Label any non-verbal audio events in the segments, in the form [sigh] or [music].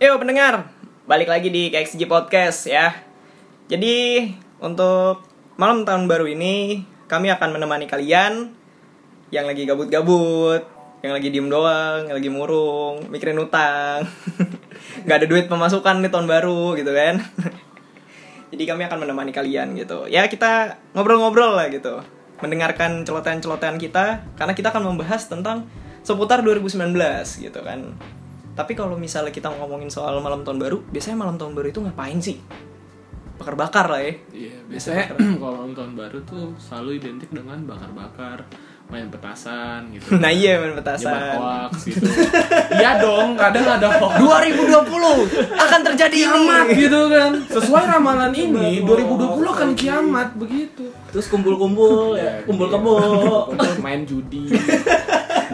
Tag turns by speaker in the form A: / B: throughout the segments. A: Yo pendengar, balik lagi di KXG Podcast ya. Jadi untuk malam tahun baru ini kami akan menemani kalian yang lagi gabut-gabut, yang lagi diem doang, yang lagi murung, mikirin utang, [laughs] nggak ada duit pemasukan nih tahun baru gitu kan. Jadi kami akan menemani kalian gitu. Ya kita ngobrol-ngobrol lah gitu. Mendengarkan celotehan-celotehan kita karena kita akan membahas tentang seputar 2019 gitu kan. Tapi kalau misalnya kita ngomongin soal malam tahun baru, biasanya malam tahun baru itu ngapain sih? Bakar-bakar lah ya. [laughs]
B: Iya, biasanya [clears throat] kalau malam tahun baru tuh selalu identik dengan bakar-bakar, main petasan gitu.
A: Nah iya main
B: Nyebar
A: petasan.
B: hoax gitu. Iya dong, kadang ada hoax.
A: 2020 akan terjadi
B: kiamat
A: ini.
B: gitu kan. Sesuai ramalan ini, 2020 akan kiamat begitu.
C: terus
A: Iya,
C: kumpul-kumpul ya, kumpul kebo
B: Iya, main
A: [laughs]
B: judi.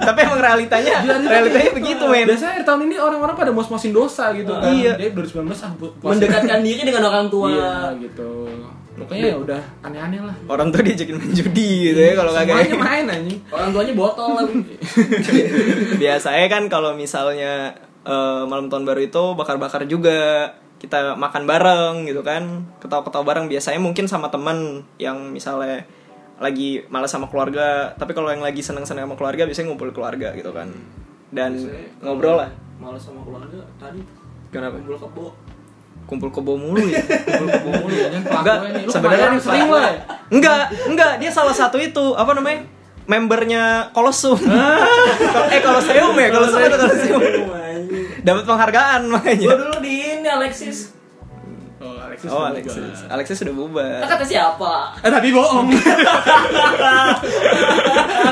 A: Tapi emang realitanya,
B: Iya, iya,
A: realitanya
B: iya.
A: begitu Gitu, men.
B: Biasanya akhir tahun ini orang-orang pada mos-mosin dosa gitu kan.
A: Iya.
B: Jadi 2019 ah
C: iya.
B: bu- puasa.
C: [laughs] mendekatkan diri dengan orang tua
B: Iya gitu. Pokoknya ya udah aneh-aneh lah.
A: Orang tuh diajakin main judi gitu ya kalau kagak.
B: Semuanya main anjing.
C: orang tuanya botol lagi
A: Biasanya kan kalau misalnya eh, malam tahun baru itu bakar-bakar juga kita makan bareng gitu kan ketawa-ketawa bareng biasanya mungkin sama temen yang misalnya lagi malas sama keluarga tapi kalau yang lagi seneng-seneng sama keluarga biasanya ngumpul keluarga gitu kan dan ngobrol lah
C: malas sama keluarga tadi
A: Kenapa?
C: kumpul kebo
A: kumpul kebo mulu ya
B: [laughs] Kumpul mulu ya kan
A: Enggak,
B: pelakunya nih. Lu
A: sebenarnya
B: kemarin sering lah. ya?
A: enggak enggak dia salah satu itu apa namanya membernya kolosum
B: Ah.
A: [laughs] eh kolosseum ya kolosum atau kolosseum dapat penghargaan
C: gue
A: makanya
C: dulu di ini Alexis
B: Oh, Alexis.
A: oh
B: udah
A: Alexis
B: bubar.
A: Alexis sudah bubar
C: Ah, kata siapa
B: Eh tapi bohong. [laughs]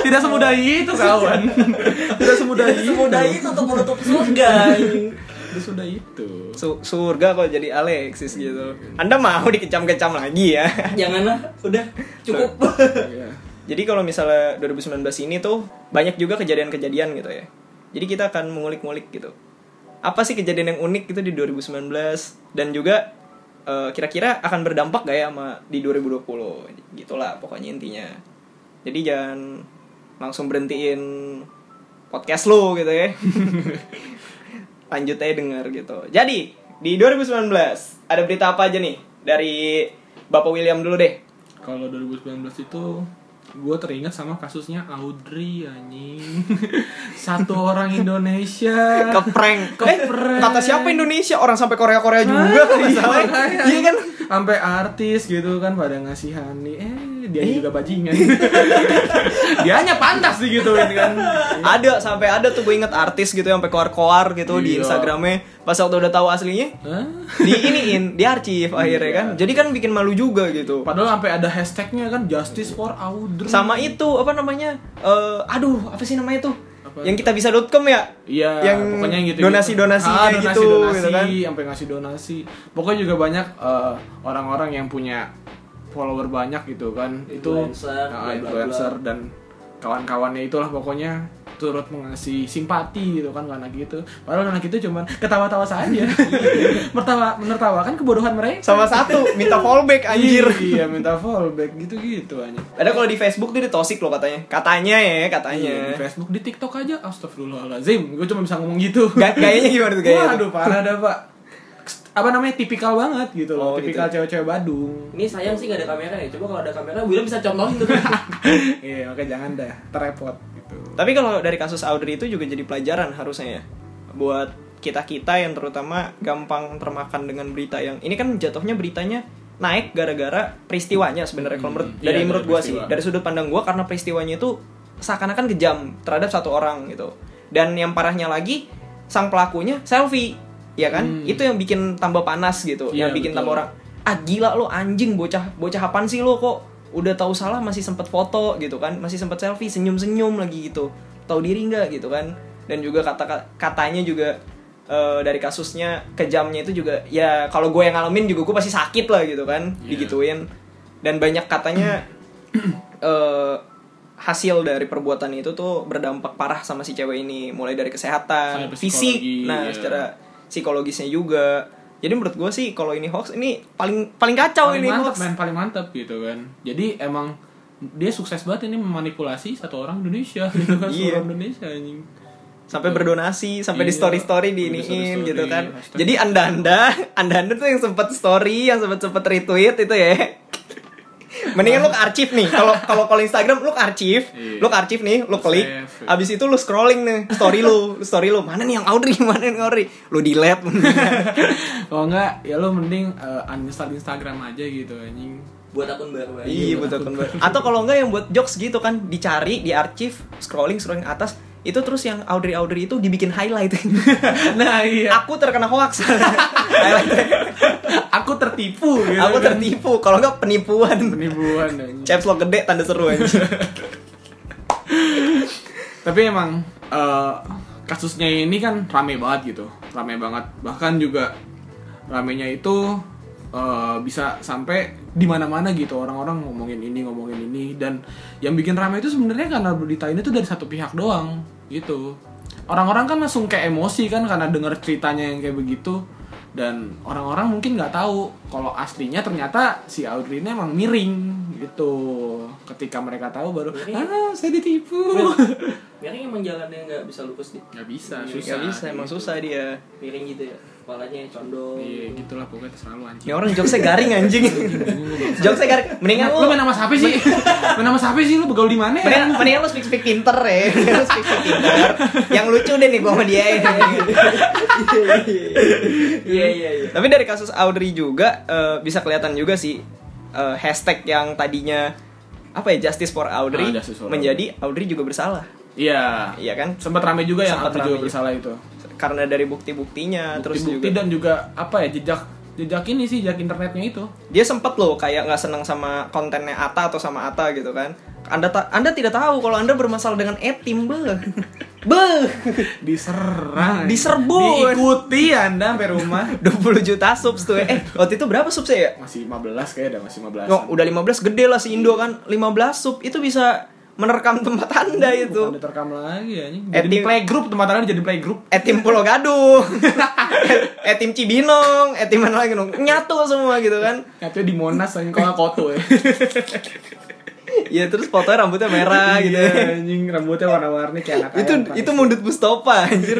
B: Tidak semudah itu kawan. [laughs] Tidak semudah itu.
C: [laughs] semudah itu untuk menutup surga anjing.
B: Tidak semudah itu.
A: Su- surga kok jadi Alexis gitu anda mau dikecam-kecam lagi ya [laughs]
C: janganlah udah cukup
B: Iya.
A: Jadi kalau misalnya 2019 ini tuh banyak juga kejadian-kejadian gitu ya. Jadi kita akan mengulik-ngulik gitu. Apa sih kejadian yang unik gitu di 2019 dan juga eh, kira-kira akan berdampak gak ya sama di 2020. Gitulah pokoknya intinya. Jadi jangan langsung berhentiin podcast lo gitu ya. [laughs] Lanjut aja denger gitu. Jadi di 2019 ada berita apa aja nih dari Bapak William dulu deh.
B: Kalau 2019 itu gue teringat sama kasusnya Audrey anjing [laughs] satu orang Indonesia
A: Kepreng.
B: Kepreng.
A: Eh, kata siapa Indonesia? Orang sampai Korea-Korea juga kan masalahnya.
B: makanya.
A: [laughs] Iya kan?
B: sampai artis gitu kan pada ngasihani eh dia juga
A: [laughs]
B: bajingan dia hanya pantas digituin kan
A: Ada sampai ada tuh gue inget artis gitu yang sampai koar-koar gitu di
B: Iya.
A: Instagramnya. Pas waktu udah tahu aslinya,
B: Hah?
A: di
B: [laughs]
A: iniin, di arsip
B: Iya.
A: akhirnya kan. Jadi kan bikin malu juga gitu.
B: Padahal sampai ada hashtagnya kan Justice for Audrey.
A: Sama itu apa namanya? Eh, aduh, apa sih namanya tuh?
B: Apa?
A: Yang kita bisa.com ya?
B: Iya,
A: Yang
B: pokoknya yang gitu.
A: donasi-donasinya gitu,
B: donasi, donasi,
A: gitu kan.
B: sampai ngasih donasi. Pokoknya juga banyak eh, orang-orang yang punya follower banyak gitu kan. itu ah,
C: Influencer, bla, bla, bla.
B: influencer dan kawan-kawannya itulah pokoknya turut mengasih simpati gitu kan ke anak itu. Padahal anak itu cuman ketawa-tawa saja. [laughs] Mertawa menertawakan kebodohan mereka.
A: Sama satu minta fallback anjir.
B: Iya, minta fallback gitu-gitu aja.
A: Ada kalau di Facebook tuh ditosik loh katanya. Katanya ya, katanya.
B: Iya, di Facebook, di TikTok aja. Astagfirullahalazim, gue cuma bisa ngomong gitu.
A: Ga- gayanya gimana tuh gayanya?
B: Waduh, parah dah, Pak. Apa namanya? Tipikal banget gitu
A: Oh,
B: loh.
A: gitu.
B: tipikal cewek-cewek Badung.
C: ini sayang sih gak ada kamera ya coba kalau ada kamera William bisa contohin tuh
B: Iya, oke jangan dah, terrepot gitu.
A: Tapi kalau dari kasus Audrey itu juga jadi pelajaran harusnya ya buat kita-kita yang terutama gampang termakan dengan berita yang ini kan jatuhnya beritanya naik gara-gara peristiwanya sebenarnya kalau menurut
B: Hmm, iya,
A: dari
B: dari
A: menurut gua sih
B: peristiwa.
A: dari sudut pandang gua karena peristiwanya itu seakan-akan kejam terhadap satu orang gitu dan yang parahnya lagi sang pelakunya selfie ya kan itu yang bikin tambah panas gitu yang
B: Hmm. Iya,
A: bikin
B: betul.
A: tambah orang ah gila lo anjing bocah bocah apaan sih lo kok udah tahu salah masih sempet foto gitu kan masih sempet selfie senyum senyum lagi gitu tahu diri nggak gitu kan dan juga kata katanya juga eh, dari kasusnya kejamnya itu juga ya kalau gue yang ngalamin juga gue pasti sakit lah gitu kan
B: Iya.
A: digituin dan banyak
B: [clears throat]
A: katanya eh, hasil dari perbuatan itu tuh berdampak parah sama si cewek ini mulai dari kesehatan
B: Sampai
A: fisik
B: psikologi,
A: nah
B: iya.
A: secara psikologisnya juga. Jadi menurut gue sih kalau ini hoax ini paling paling kacau
B: paling
A: ini
B: mantep,
A: hoax.
B: men, paling mantep gitu kan. Jadi emang dia sukses banget ini memanipulasi satu orang Indonesia [laughs] gitu kan,
A: Iya.
B: seluruh Indonesia anjing.
A: sampai berdonasi sampai di
B: Iya,
A: story story
B: di
A: diiniin
B: story-story,
A: gitu kan
B: hashtag.
A: jadi anda [laughs] anda anda anda tuh yang sempet story yang sempet sempet retweet itu ya [laughs] mendingan lu ke arsip nih kalau kalau kalau Instagram lu ke arsip
B: Iya.
A: lu ke arsip nih lu klik
B: Save.
A: abis itu lu scrolling nih story lu lu story lu mana nih yang Audrey [laughs] mana yang Audrey lu delete
B: Kalau enggak ya lo mending eh, uninstall Instagram aja gitu anjing. [laughs]
C: buat akun baru aja.
A: Iya betul kan. [laughs] Atau kalau enggak yang buat jokes gitu kan dicari di arsip scrolling scrolling atas itu terus yang Audrey Audrey itu dibikin highlight.
B: Nah, [laughs] iya.
A: Aku terkena
B: [laughs]
A: hoax. Highlight.
B: Aku tertipu gitu.
A: Aku
B: kan.
A: tertipu. Kalau enggak penipuan.
B: penipuan anjing.
A: Caps lock gede tanda seru aja.
B: Tapi emang eh, kasusnya ini kan rame banget gitu, rame banget. Bahkan juga ramenya itu eh, bisa sampai di mana-mana gitu orang-orang ngomongin ini ngomongin ini dan yang bikin rame itu sebenarnya karena berita ini tuh dari satu pihak doang gitu. Orang-orang kan langsung kayak emosi kan karena denger ceritanya yang kayak begitu dan orang-orang mungkin nggak tahu kalau aslinya ternyata si Audrey ini emang miring gitu ketika mereka tahu baru
C: Miring.
B: ah saya ditipu
C: Miring emang jalannya nggak bisa lurus deh.
B: Gak bisa,
C: Iya,
B: susah.
A: Gak bisa Ya, emang susah dia.
C: Miring gitu ya. Kepalanya condong.
B: Iya, gitulah pokoknya selalu anjing.
A: Ini Ya orang jokesnya garing anjing. [laughs] jokesnya garing. Mendingan
B: lu
A: lu
B: main sama siapa sih? [laughs] main sama siapa sih lu begaul di mana ya?
A: Mendingan, mendingan lu speak speak pinter ya, [laughs] Mendingan lu speak speak pinter. Yang lucu deh nih gua sama dia ya. ini.
C: Iya iya iya.
A: Tapi dari kasus Audrey juga eh, bisa kelihatan juga sih eh, hashtag yang tadinya apa ya Justice for Audrey
B: Ah, Justice for
A: menjadi Audrey juga bersalah.
B: Iya.
A: Iya kan?
B: Sempat rame juga yang
A: Sempet
B: aku
A: rame
B: juga
A: juga.
B: bersalah itu.
A: Karena dari bukti-buktinya terus
B: Bukti-bukti
A: juga
B: dan juga apa ya jejak jejak ini sih jejak internetnya itu.
A: dia sempet loh kayak nggak seneng sama kontennya Ata atau sama Ata gitu kan. Anda ta- Anda tidak tahu kalau Anda bermasalah dengan Etim, be. [laughs] Be.
B: Diserang.
A: Diserbu.
B: Diikuti Anda sampai rumah. [laughs]
A: 20 juta subs tuh. Eh, waktu itu berapa subs ya?
B: Masih 15 kayaknya ada masih 15.
A: Oh, udah 15 gede lah si Indo kan. 15 sub itu bisa menerkam tempat Anda itu.
B: Bukan diterkam lagi anjing.
A: Eh,
B: Jadi di
A: di-
B: playgroup tempat Anda jadi playgroup.
A: Eh tim Pulau [laughs] Gadung, eh tim Cibinong, eh tim mana lagi dong? Nyatu semua gitu kan.
B: Katanya di Monas anjing kalau koto ya.
A: Ya terus fotonya rambutnya [laughs] merah gitu.
B: Iya, anjing rambutnya warna-warni kayak anak
A: itu
B: ayam,
A: itu mundut Mustafa anjir.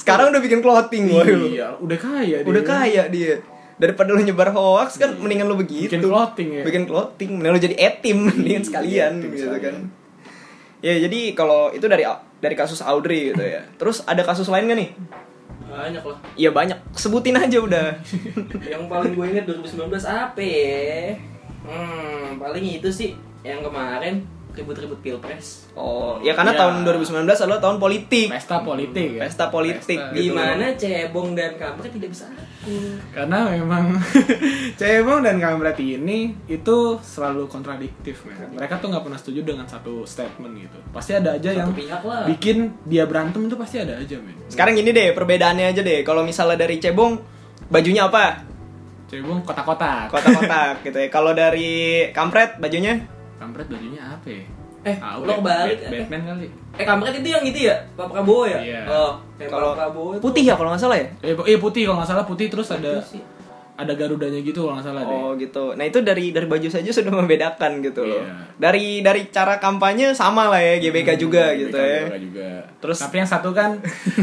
A: Sekarang udah bikin clothing woy.
B: Iya, udah kaya dia.
A: Udah kaya dia. Daripada lu nyebar hoax kan mendingan lu begitu.
B: Iya. Bikin clothing ya. Iya,
A: Bikin clothing, mendingan lu jadi etim [laughs] mendingan sekalian
B: etim
A: gitu
B: sekalian.
A: kan. Ya jadi kalau itu dari dari kasus Audrey gitu ya. Terus ada kasus lain gak nih?
C: Banyak lah.
A: Iya banyak. Sebutin aja
B: [laughs]
A: udah.
C: yang paling gue inget 2019 apa ya? Hmm, paling itu sih yang kemarin ribut-ribut pilpres.
A: Oh, ya karena
B: Iya.
A: tahun 2019 adalah tahun politik.
B: Pesta politik ya.
A: Pesta politik.
B: Pesta.
A: Gitu.
C: Gimana cebong dan kampret tidak bisa akur.
B: Karena memang [laughs] Cebong dan Kamret ini itu selalu kontradiktif, men. Mereka tuh nggak pernah setuju dengan satu statement gitu. Pasti ada aja
C: Satu
B: yang
C: pihak lah.
B: bikin dia berantem itu pasti ada aja, men.
A: Sekarang gini deh, perbedaannya aja deh. Kalau misalnya dari Cebong, bajunya apa?
B: Cebong kotak-kotak.
A: Kotak-kotak [laughs] gitu ya. Kalau dari Kampret, bajunya?
B: Kamret bajunya apa? ya?
C: Eh,
B: Ah,
C: lo
B: Bat-
C: kebalik.
B: Bat- Batman kali.
C: Eh kampret itu yang itu ya? Pak Prabowo ya?
B: Iya.
C: Oh, kayak Pak
A: Kalau
C: Prabowo itu
A: putih ya kalau nggak salah ya?
B: Eh, bu- eh, putih kalau nggak salah putih terus ada
C: sih.
B: ada garudanya gitu kalau nggak salah deh.
A: Oh gitu. Nah itu dari dari baju saja sudah [laughs] membedakan gitu loh.
B: Iya. Hmm,
A: Dari dari cara kampanye sama lah ya GBK juga
B: GBK
A: gitu ya.
B: juga, juga.
A: Terus-
B: tapi yang satu
A: [laughs]
B: kan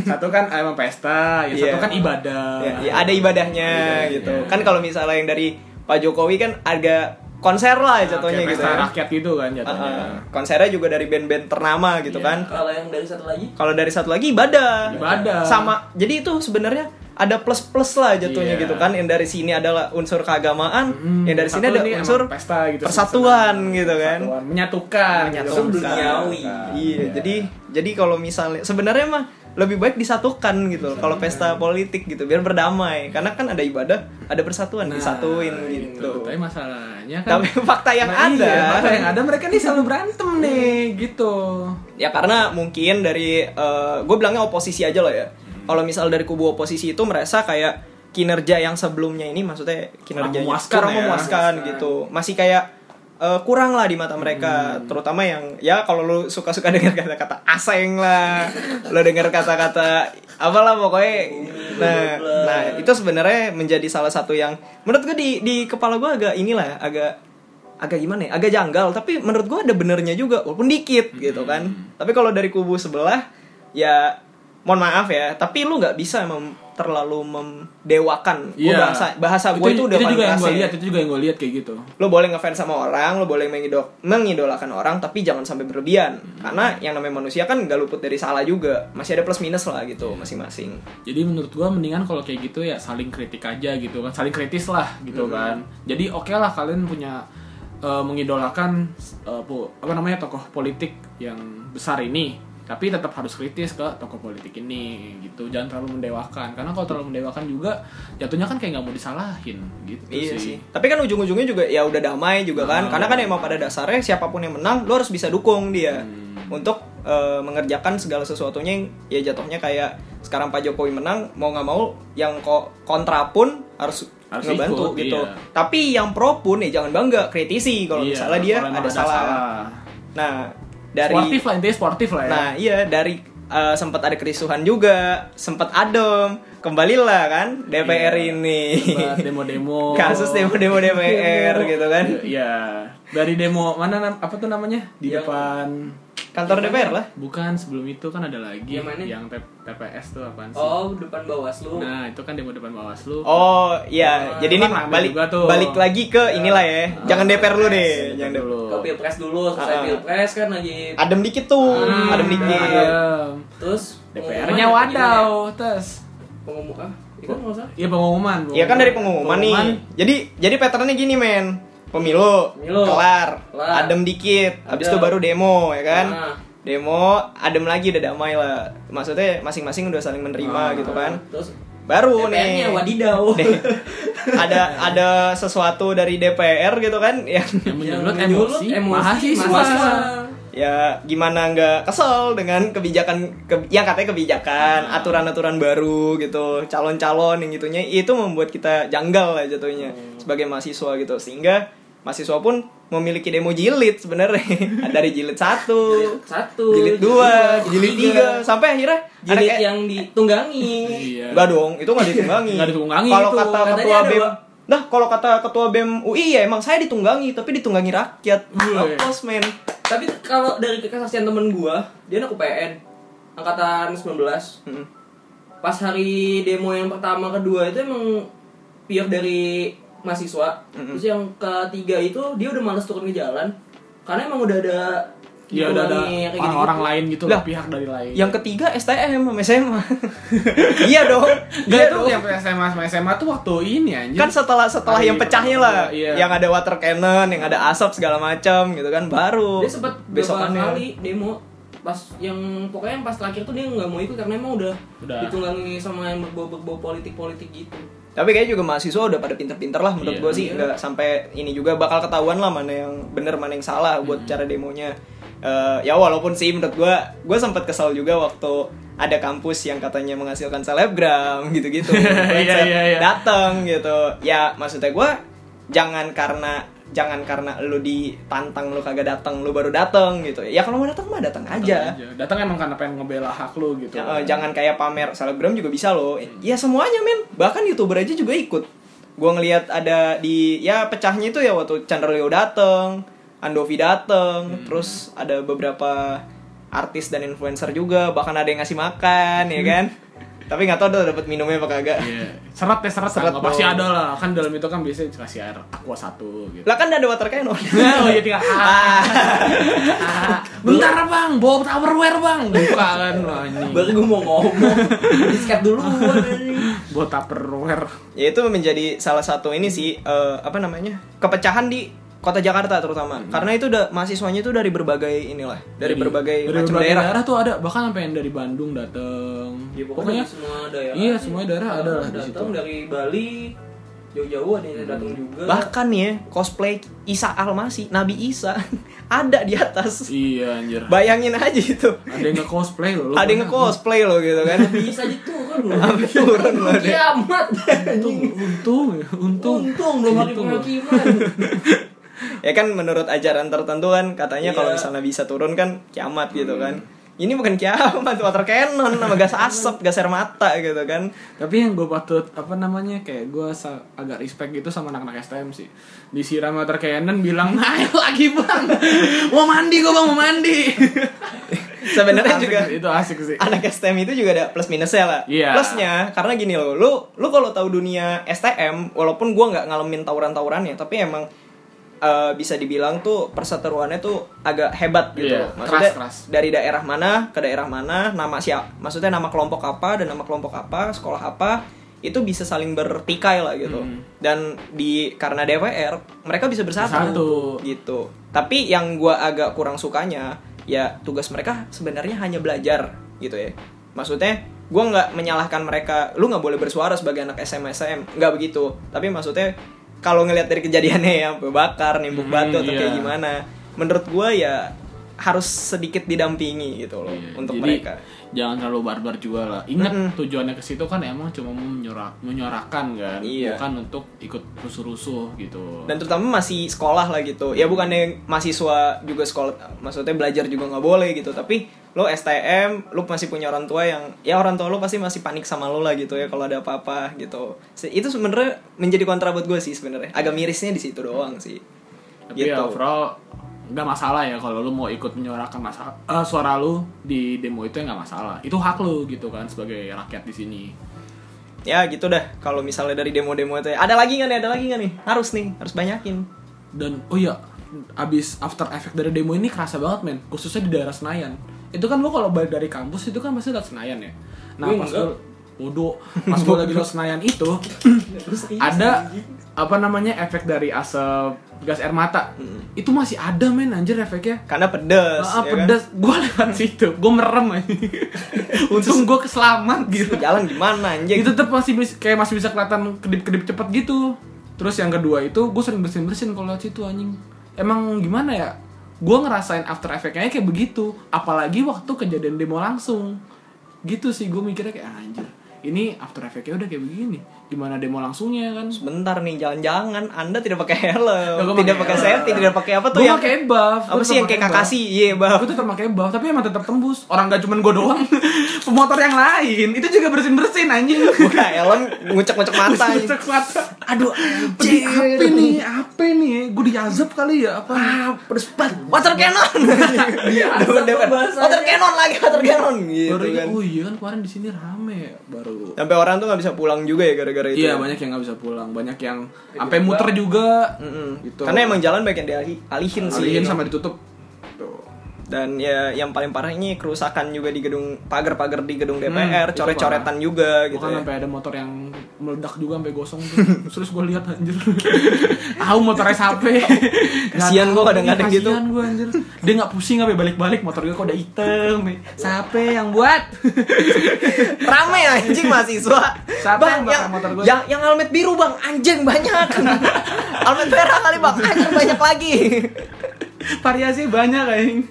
B: satu kan emang pesta, yang
A: Iya.
B: satu kan ibadah.
A: Ya, ya, ada ibadahnya
B: Ibadahnya. iya.
A: gitu. Kan kalau misalnya yang dari Pak Jokowi kan agak konser lah jatuhnya
B: Iya, Kayak
A: gitu.
B: pesta
A: ya.
B: rakyat gitu kan jatuhnya.
A: Uh-uh. konsernya juga dari band-band ternama gitu
B: Iya.
A: kan.
C: Kalau yang dari satu lagi
A: Kalau dari satu lagi ibadah.
B: Ibadah.
A: Sama. Jadi itu sebenarnya ada plus-plus lah jatuhnya
B: Iya.
A: gitu kan. Yang dari sini adalah unsur keagamaan,
B: Hmm,
A: yang dari sini
B: satu
A: ada
B: nih emang
A: unsur
B: pesta gitu.
A: persatuan gitu kan.
B: Persatuan, menyatukan,
A: Menyatukan.
B: gitu.
C: Duniawi.
A: Iya, jadi jadi kalau misalnya sebenarnya mah lebih baik disatukan gitu loh kalau pesta politik gitu biar berdamai karena kan ada ibadah ada persatuan
B: Nah,
A: disatuin
B: gitu.
A: gitu
B: Tapi masalahnya kan
A: tapi [laughs] fakta yang
B: Nah,
A: ada
B: iya, fakta yang ada mereka nih selalu berantem nih gitu.
A: ya karena mungkin dari gue bilangnya oposisi aja lah ya kalau misal dari kubu oposisi itu merasa kayak kinerja yang sebelumnya ini maksudnya kinerja
B: memuaskan ya.
A: memuaskan
C: Memuaskan.
A: gitu masih kayak eh, kurang lah di mata mereka
B: Hmm.
A: terutama yang ya kalau lu suka-suka [laughs] dengar kata-kata aseng lah lu dengar kata-kata apalah pokoknya nah
C: bla-bla.
A: nah itu sebenarnya menjadi salah satu yang menurut gue di di kepala gue agak inilah agak agak gimana ya agak janggal tapi
B: Hmm.
A: menurut gue ada benernya juga walaupun dikit gitu kan tapi kalau dari kubu sebelah ya mohon maaf ya tapi lu nggak bisa mem- terlalu mendewakan Gua
B: Iya.
A: bahasa bahasa gue itu, udah
B: itu
A: paling
B: juga yang gue
A: keras ya.
B: lihat itu juga yang gue lihat kayak gitu
A: lo boleh ngefans sama orang, lo boleh mengido- mengidolakan orang, tapi jangan sampai berlebihan.
B: Hmm.
A: Karena yang namanya manusia kan gak luput dari salah juga. Masih ada plus minus lah
B: Iya.
A: gitu masing-masing.
B: jadi menurut gua mendingan kalau kayak gitu ya saling kritik aja gitu kan saling kritis lah gitu kan jadi oke lah kalian punya eh, mengidolakan eh, po- apa namanya tokoh politik yang besar ini tapi tetap harus kritis ke tokoh politik ini gitu jangan terlalu mendewakan karena kalau terlalu mendewakan juga jatuhnya kan kayak nggak mau disalahin gitu
A: Iya
B: sih. Nah.
A: sih. Tapi kan ujung-ujungnya juga ya udah damai juga kan. Karena kan emang pada dasarnya siapapun yang menang, lo harus bisa dukung dia
B: Hmm.
A: untuk eh, mengerjakan segala sesuatunya yang ya jatuhnya kayak sekarang Pak Jokowi menang, mau nggak mau yang ko- kontra pun harus
B: Harus
A: ngebantu
B: ikut,
A: gitu.
B: iya.
A: Tapi yang pro pun ya jangan bangga, kritisi kalau
B: Iya,
A: misalnya dia
B: kalau emang
A: ada, salah. Nah, dari
B: sportif lah intinya sportif lah ya
A: Nah, iya dari eh, sempat ada kerusuhan juga, sempat adem. Kembalilah kan DPR
B: Iya.
A: ini.
B: Buat
A: [laughs]
B: demo-demo
A: Kasus
B: [laughs]
A: demo-demo DPR gitu kan.
B: Iya. Dari demo mana nam- apa tuh namanya? Di
C: Yang-
B: depan
A: Kantor DPR lah.
B: bukan sebelum itu kan ada lagi
C: Yang mana?
B: yang T- TPS tuh apaan sih?
C: Oh, depan Bawaslu.
B: Nah, itu kan demo depan Bawaslu.
A: Oh iya,
C: Nah,
A: jadi ini
B: kan rame
A: balik
B: juga tuh. Iya. Ah,
A: balik lagi ke inilah ya. Jangan DPR lu deh, jangan dulu.
C: Ke Pilpres dulu,
A: Ah, ah.
C: selesai Pilpres kan lagi
A: Adem dikit tuh,
B: Ah,
A: adem dikit.
B: adem.
C: terus
B: DPR-nya
A: Oh,
C: pengumuman
B: wadaw,
C: ya,
B: tes.
C: Pengumuman ah, itu kan nggak usah.
B: Iya pengumuman.
A: Iya kan dari pengumuman nih. Jadi jadi patternnya gini men. Pemilu,
C: Pemilu.
A: kelar,
C: Kelar.
A: adem dikit, habis itu
C: Adem.
A: baru demo ya kan.
C: Ah.
A: Demo, adem lagi udah damai lah. Maksudnya masing-masing udah saling menerima
B: Ah.
A: gitu kan.
C: Terus
A: Baru nih.
C: DPR-nya wadidaw. [laughs]
A: ada ada sesuatu dari DPR gitu kan yang
C: [laughs]
B: Yang menyulut
C: Yang menyulut
B: emosi,
C: emosi
B: mahasiswa.
C: mahasiswa.
A: ya gimana nggak kesel dengan kebijakan ke, yang katanya kebijakan
C: Hmm.
A: aturan-aturan baru gitu calon-calon yang gitunya itu membuat kita janggal lah jatuhnya
C: Hmm.
A: sebagai mahasiswa gitu sehingga mahasiswa pun memiliki demo jilid sebenarnya [laughs] dari jilid satu
C: Jilid satu,
A: jilid dua jilid
C: jilid
A: tiga sampai akhirnya ada
C: jilid
A: kayak-
C: yang ditunggangi.
B: Iya.
A: Enggak dong, itu nggak ditunggangi.
B: Nggak ditunggangi
A: Kalau
B: itu.
A: kata
C: Katanya
A: ketua
C: ada,
A: BEM,
C: Pak.
A: nah kalau kata ketua BEM UI ya emang saya ditunggangi, tapi ditunggangi rakyat.
C: Iya.
B: Wih.
A: Lepas men.
C: Tapi kalau dari kesaksian temen gua, dia anak UPN angkatan 19.
A: Mm.
C: Pas hari demo yang pertama kedua itu emang pure dari mahasiswa. Terus yang ketiga itu dia udah males turun ke jalan karena emang udah ada
B: Iya udah ada
C: ditunggangi, kayak gitu-gitu.
B: orang-orang lain gitu
A: Lah.
B: lah, pihak dari lain.
A: Yang ketiga STM sama SMA. [laughs] iya dong.
B: Gak
A: Iya
B: itu
A: dong.
B: yang SMA sama SMA tuh waktu ini anjir.
A: Kan setelah setelah
B: Hari
A: yang pecahnya
B: pertama,
A: lah,
B: iya.
A: yang ada water cannon, yang ada asap segala macam gitu kan baru.
C: dia sempat beberapa kali demo pas yang pokoknya yang pas terakhir tuh dia nggak mau ikut karena emang udah,
B: Udah.
C: ditunggangi sama yang berbau-berbau politik-politik gitu
A: Tapi kayaknya juga mahasiswa udah pada pinter-pinter lah menurut
B: Iya.
A: gue sih nggak sampai ini juga bakal ketahuan lah mana yang bener mana yang salah
B: Hmm.
A: buat cara demonya. Eh, ya walaupun sih menurut gue gue sempat kesal juga waktu ada kampus yang katanya menghasilkan selebgram [laughs] gitu-gitu. Influencer
B: iya, iya.
A: Datang gitu. Ya maksudnya gue jangan karena jangan karena lu ditantang lu kagak datang lu baru datang gitu. Ya kalau mau datang mah datang aja.
B: Datang emang karena pengen ngebela hak lu gitu.
A: Ya, eh, jangan kayak pamer selebgram juga bisa loh.
B: Hmm.
A: Ya semuanya men, bahkan youtuber aja juga ikut. Gua ngelihat ada di ya pecahnya itu ya waktu Chandra Leo dateng, Andovi dateng,
B: Hmm.
A: terus ada beberapa artis dan influencer juga, bahkan ada yang ngasih makan ya
B: [laughs]
A: kan. Tapi nggak tahu udah dapat minumnya apa kagak.
B: Iya. Seret ya seret,
A: Seret
B: kan? Nggak pasti
A: dong.
B: ada lah. Kan dalam itu kan biasanya dikasih air aqua satu gitu.
A: Lah kan ada water cannon.
B: oh iya
A: [laughs]
B: tinggal ah, ah. Bentar bang, bawa tupperware bang Buka
A: [laughs]
B: kan lu, anjing
C: baru gue mau ngomong diskat dulu
B: Bawa tupperware
A: ya itu menjadi salah satu ini sih eh, apa namanya kepecahan di kota Jakarta terutama karena itu udah mahasiswanya itu dari berbagai inilah dari
B: Jadi,
A: berbagai
B: dari
A: macam
B: berbagai
A: daerah
B: tuh ada Bahkan sampai yang dari Bandung dateng Pokoknya
C: ya, pokoknya, dari semua daerah
B: Iya, semua daerah ada lah di
C: datang
B: situ.
C: dari Bali jauh-jauh ada yang datang juga
A: bahkan ya cosplay Isa Almasih Nabi Isa [laughs] ada di atas
B: Iya anjir
A: bayangin aja itu
B: Ada yang nge-cosplay loh lu
A: [laughs] ada yang
B: pernah.
A: cosplay loh gitu
B: [laughs]
A: kan
C: bisa aja turun loh
A: Sampai turun loh, deh.
C: kiamat
B: Untung, untung, untung
C: untung belum hari
B: Untung, loh. [laughs]
C: penghakiman
A: ya kan menurut ajaran tertentu kan katanya
C: Iya.
A: kalau misalnya bisa turun kan kiamat gitu kan
B: Hmm.
A: ini bukan kiamat water cannon sama gas asap gas air mata gitu kan
B: Tapi yang gue patut apa namanya kayak gue sa- agak respect gitu sama anak-anak STM sih. Disiram "Nah, water cannon bilang naik lagi bang, mau mandi gue bang mau mandi.
A: sebenarnya
B: Asik
A: juga
B: sih, itu asik sih
A: anak STM itu juga ada plus minusnya lah.
B: Iya.
A: Plusnya karena gini loh, lu lu kalau tahu dunia STM, walaupun gua nggak ngalamin tawuran-tawurannya, tapi emang eh, bisa dibilang tuh perseteruannya tuh agak hebat gitu.
B: Iya,
A: loh. Maksudnya
B: keras, keras.
A: dari daerah mana ke daerah mana, nama siapa, maksudnya nama kelompok apa dan nama kelompok apa, sekolah apa itu bisa saling bertikai lah gitu.
B: Hmm.
A: Dan di karena DPR mereka bisa bersatu
B: Bersatu.
A: gitu. Tapi yang gua agak kurang sukanya ya tugas mereka sebenarnya hanya belajar gitu ya. Maksudnya gua nggak menyalahkan mereka. Lu nggak boleh bersuara sebagai anak SMA SM nggak begitu. Tapi maksudnya kalau ngelihat dari kejadiannya ya sampai bakar, nimbuk
B: Hmm,
A: batu atau
B: iya.
A: kayak gimana, menurut gua ya harus sedikit didampingi gitu loh
B: Iya,
A: untuk
B: jadi,
A: mereka.
B: jangan terlalu barbar juga lah ingat tujuannya ke situ kan emang cuma mau menyuara- menyuarakan kan
A: Iya.
B: bukan untuk ikut rusuh-rusuh gitu
A: dan terutama masih sekolah lah gitu ya bukannya mahasiswa juga sekolah maksudnya belajar juga nggak boleh gitu tapi lo STM lo masih punya orang tua yang ya orang tua lo pasti masih panik sama lo lah gitu ya kalau ada apa-apa gitu Se- itu sebenarnya menjadi kontra buat gue sih sebenarnya agak mirisnya di situ doang sih
B: tapi ya
A: gitu.
B: overall nggak masalah ya kalau lu mau ikut menyuarakan masalah eh, suara lu di demo itu ya nggak masalah itu hak lu gitu kan sebagai rakyat di sini
A: ya gitu dah kalau misalnya dari demo-demo itu ya. ada lagi nggak nih ada lagi nggak nih harus nih harus banyakin
B: dan oh iya abis after effect dari demo ini kerasa banget men khususnya di daerah Senayan itu kan lo kalau balik dari kampus itu kan pasti lewat Senayan ya nah
C: Wih,
B: pas
C: enggak.
B: lo bodoh pas gue lagi lewat Senayan itu ada apa namanya efek dari asap gas air mata itu masih ada men anjir efeknya
A: karena pedes
B: Ah,
A: ya kan?
B: pedas, gue lewat situ, gue merem aja. Untung gue keselamat gitu.
A: jalan gimana anjing
B: Itu tetap masih bisa, kayak masih bisa kelihatan kedip-kedip cepet gitu. Terus yang kedua itu gue sering bersin-bersin kalau lewat situ anjing. Emang gimana ya? Gue ngerasain after effect-nya kayak begitu. Apalagi waktu kejadian demo langsung. Gitu sih gue mikirnya kayak "Ah, anjir. Ini after effect-nya udah kayak begini. Gimana demo langsungnya kan?
A: sebentar nih jangan-jangan anda tidak pakai helm
B: Nggak, Ya, gua
A: Oh, tidak
B: pakai
A: pakai
B: helm.
A: safety tidak pakai apa tuh
B: Gua pakai buff,
A: apa
B: gua
A: sih yang
B: pakai
A: kayak
B: buff.
A: kakasi iya buff
B: aku tuh terpakai buff tapi emang tetap tembus orang gak cuman gue
A: [laughs]
B: doang pemotor yang lain itu juga bersin bersin anjing
A: buka helm ngucek-ngucek mata anjing.
B: Cek mata.
A: aduh iya,
B: Pedih,
A: anjing
B: apa nih apa nih gue diazab kali ya apa
A: ah pedes banget water
B: [laughs]
A: cannon
C: Diazab
A: Depan- depan.
C: bahasanya.
A: water cannon lagi water cannon gitu
B: baru
A: kan
B: oh iya kan kemarin di sini rame ya, baru
A: sampai orang tuh nggak bisa pulang juga ya gara-gara itu ya.
B: iya banyak yang nggak bisa pulang banyak yang sampai muter juga
A: Mm-mm.
B: Gitu.
A: karena emang jalan banyak yang dialihin sih
B: alihin sama ditutup Tuh.
A: dan ya yang paling parah ini kerusakan juga di gedung pagar-pagar di gedung DPR
B: Hmm, itu
A: coret-coretan
B: parah.
A: juga gitu
B: Bahkan
A: ya.
B: sampai ada motor yang meledak juga sampai gosong tuh. [laughs] Terus gue lihat anjir. [laughs] Tahu motornya [laughs] siapa.
A: Kasian gua kadang-kadang gitu.
B: Kasian gue anjir. Dia enggak pusing sampai balik-balik motor gue kok udah hitam. Siapa yang buat?
A: [laughs] rame anjing mahasiswa
B: Siapa
A: bang
B: yang bakar
A: yang,
B: motor gua?
A: yang yang almet biru bang anjing
B: [laughs]
A: banyak almet merah kali bang anjing banyak lagi
B: Variasi banyak anjing.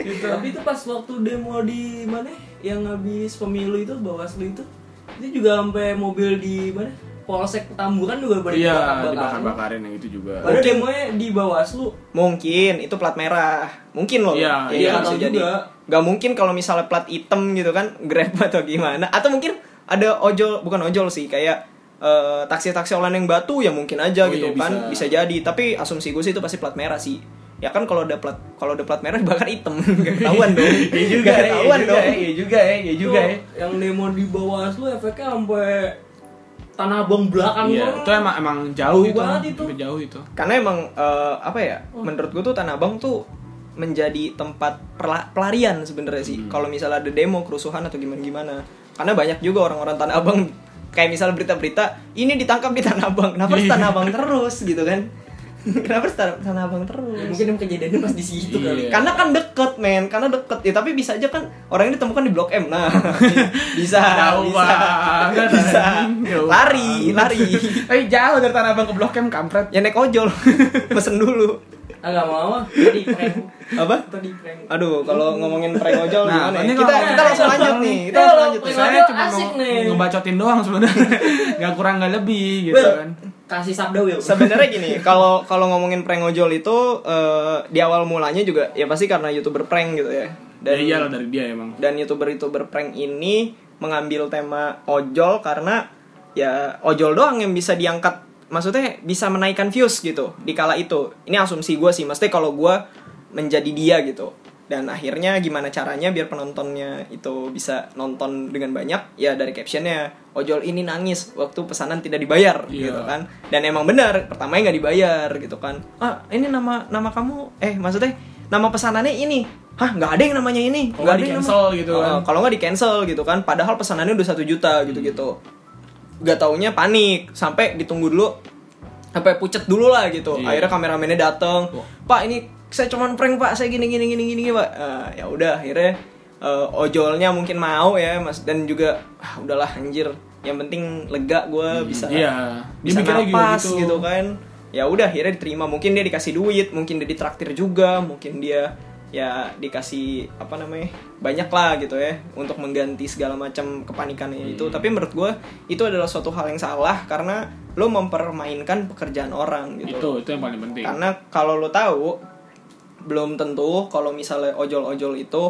B: Gitu.
C: Tapi itu pas waktu demo di mana yang habis pemilu itu Bawaslu itu itu juga sampai mobil di mana Polsek Petamburan juga pada
B: Iya,
C: dibakar-bakaran.
B: dibakar-bakarin yang itu juga.
C: Padahal demonya di Bawaslu.
A: mungkin itu plat merah mungkin loh Ya,
B: Iya, iya,
A: bisa
C: tahu
A: jadi
C: juga.
A: nggak mungkin kalau misalnya plat hitam gitu kan [laughs] grab atau gimana atau mungkin ada ojol bukan ojol sih kayak eh, taksi-taksi online yang batu ya mungkin aja
B: Oh
A: gitu
B: iya,
A: kan bisa.
B: bisa.
A: jadi tapi asumsi gue sih itu pasti plat merah sih ya kan kalau ada plat kalau ada plat merah [laughs] bahkan hitam gak ketahuan dong
B: Iya juga,
A: Gak
B: iya
A: ketahuan
B: juga,
A: dong
B: iya juga, iya
C: Itu
B: juga. ya.
C: Yang demo di Bawaslu efeknya sampai Tanah Abang belakang
B: Iya,
C: doang.
B: itu emang emang jauh
C: Jauh
B: itu.
C: banget itu.
B: Sampai Jauh itu.
A: karena emang eh, apa ya menurut gue tuh tanah abang tuh menjadi tempat perla- pelarian sebenarnya sih kalau misalnya ada demo kerusuhan atau gimana gimana karena banyak juga orang-orang tanah abang [laughs] kayak misalnya berita-berita ini ditangkap di tanah abang kenapa harus tanah abang terus gitu kan [laughs] kenapa harus Tan- tanah abang
C: Ya,
A: terus
C: [laughs] mungkin emang kejadiannya pas di situ
B: Iya.
C: kali.
A: karena kan deket men karena deket ya tapi bisa aja kan orang ini ditemukan di blok M nah [laughs] bisa
B: Jauh
A: bisa
B: banget, Ya
A: bisa
B: jauh
A: lari
B: banget.
A: lari
B: [laughs] Eh jauh dari Tanah Abang ke Blok M kampret.
A: ya naik ojol [laughs] pesen dulu
C: Agak mau ah, di prank.
A: apa
C: Atau di prank.
A: Aduh, kalau ngomongin prank ojol
B: Nah,
A: gimana?
B: ini
A: ya? Kita
B: kalau-
A: kita langsung lanjut nih. Kita
C: Kalau
A: langsung lanjut.
C: prank
A: nih.
B: saya
C: Ronaldo
B: cuma
C: asik
B: mau
C: nih.
B: ngebacotin doang sebenarnya
A: [laughs]
B: nggak kurang nggak lebih gitu
C: Will,
B: kan
C: Kasih sabda Will.
A: Sebenarnya gini, kalau kalau ngomongin prank ojol itu eh, di awal mulanya juga ya pasti karena YouTuber prank gitu ya. Dan
B: ya iyalah dari dia emang
A: dan YouTuber-YouTuber prank ini mengambil tema ojol karena ya ojol doang yang bisa diangkat maksudnya bisa menaikkan views gitu di kala itu. Ini asumsi gue sih, mesti kalau gue menjadi dia gitu. dan akhirnya gimana caranya biar penontonnya itu bisa nonton dengan banyak ya dari captionnya ojol ini nangis waktu pesanan tidak dibayar
B: Iya.
A: gitu kan dan emang benar pertamanya nggak dibayar gitu kan ah ini nama nama kamu eh maksudnya nama pesanannya ini hah nggak ada yang namanya ini nggak
B: Kalau nggak
A: ada yang
B: di-cancel
A: nama-
B: gitu
A: Oh,
B: kan.
A: kalau nggak di cancel gitu kan padahal pesanannya udah satu juta gitu gitu gak taunya panik sampai ditunggu dulu sampai pucet dulu lah gitu
B: Iya.
A: akhirnya kameramennya datang
B: Wah.
A: pak ini saya cuman prank pak saya gini gini gini gini pak Eh, ya udah akhirnya eh, ojolnya mungkin mau ya mas dan juga ah, udahlah anjir yang penting lega gue bisa
B: iya. Dia
A: bisa
B: mikirnya
A: napas
B: gitu.
A: gitu. kan ya udah akhirnya diterima mungkin dia dikasih duit mungkin dia ditraktir juga mungkin dia ya dikasih apa namanya banyak lah gitu ya untuk mengganti segala macam kepanikannya itu tapi menurut gue itu adalah suatu hal yang salah karena lo mempermainkan pekerjaan orang gitu
B: itu itu yang paling penting
A: karena kalau lo tahu belum tentu kalau misalnya ojol-ojol itu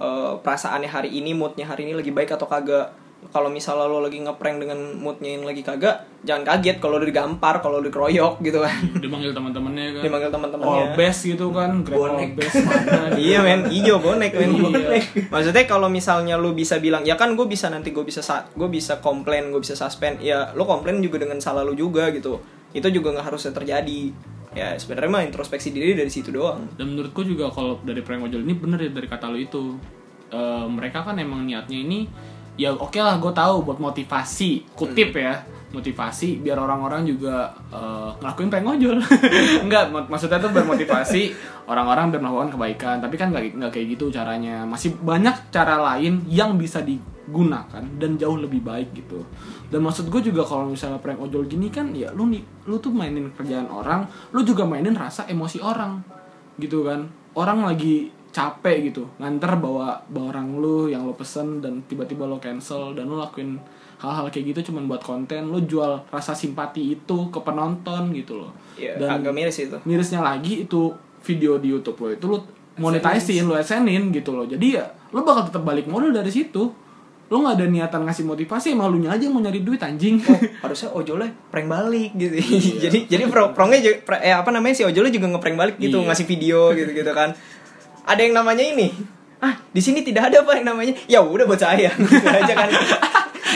A: eh, perasaannya hari ini moodnya hari ini lagi baik atau kagak kalau misalnya lo lagi ngeprank dengan moodnya yang lagi kagak jangan kaget kalau lo digampar kalau lo dikeroyok gitu kan
B: dia manggil teman-temannya kan
A: dimanggil teman-temannya
B: Olbes gitu kan Grab
C: Bonek.
B: Olbes
A: [laughs]
B: mana gitu.
A: [laughs] iya men ijo bonek men
B: Iya.
A: bonek maksudnya kalau misalnya lu bisa bilang ya kan gue bisa nanti gue bisa sa- gue bisa komplain gue bisa suspend ya lu komplain juga dengan salah lu juga gitu itu juga nggak harusnya terjadi ya sebenarnya mah introspeksi diri dari situ doang
B: dan menurutku juga kalau dari prank ojol ini bener ya dari kata lo itu Eh, mereka kan emang niatnya ini ya oke lah gue tahu buat motivasi kutip ya motivasi biar orang-orang juga eh, ngelakuin prank ojol [laughs] enggak mak- maksudnya tuh bermotivasi orang-orang biar melakukan kebaikan tapi kan nggak nggak kayak gitu caranya masih banyak cara lain yang bisa digunakan dan jauh lebih baik gitu dan maksud gue juga kalau misalnya prank ojol gini kan ya lu nih lu tuh mainin kerjaan orang lu juga mainin rasa emosi orang gitu kan orang lagi capek gitu nganter bawa bawa orang lu yang lo pesen dan tiba-tiba lo cancel dan lo lakuin hal-hal kayak gitu cuman buat konten lo jual rasa simpati itu ke penonton gitu loh
A: ya
B: dan
A: agak miris itu
B: mirisnya lagi itu video di YouTube lo itu lo monetizein lo esenin gitu loh jadi ya lo bakal tetap balik modal dari situ lo nggak ada niatan ngasih motivasi emang lu aja yang mau nyari duit anjing
A: harusnya ojolnya prank balik gitu
B: Iya.
A: [laughs] jadi jadi pro prongnya ju- pra- eh, apa namanya si ojolnya juga ngeprank balik gitu
B: Iya.
A: ngasih
B: [laughs]
A: video gitu gitu kan ada yang namanya ini ah di sini tidak ada apa yang namanya ya udah buat saya [laughs] gitu aja
B: [laughs]
A: kan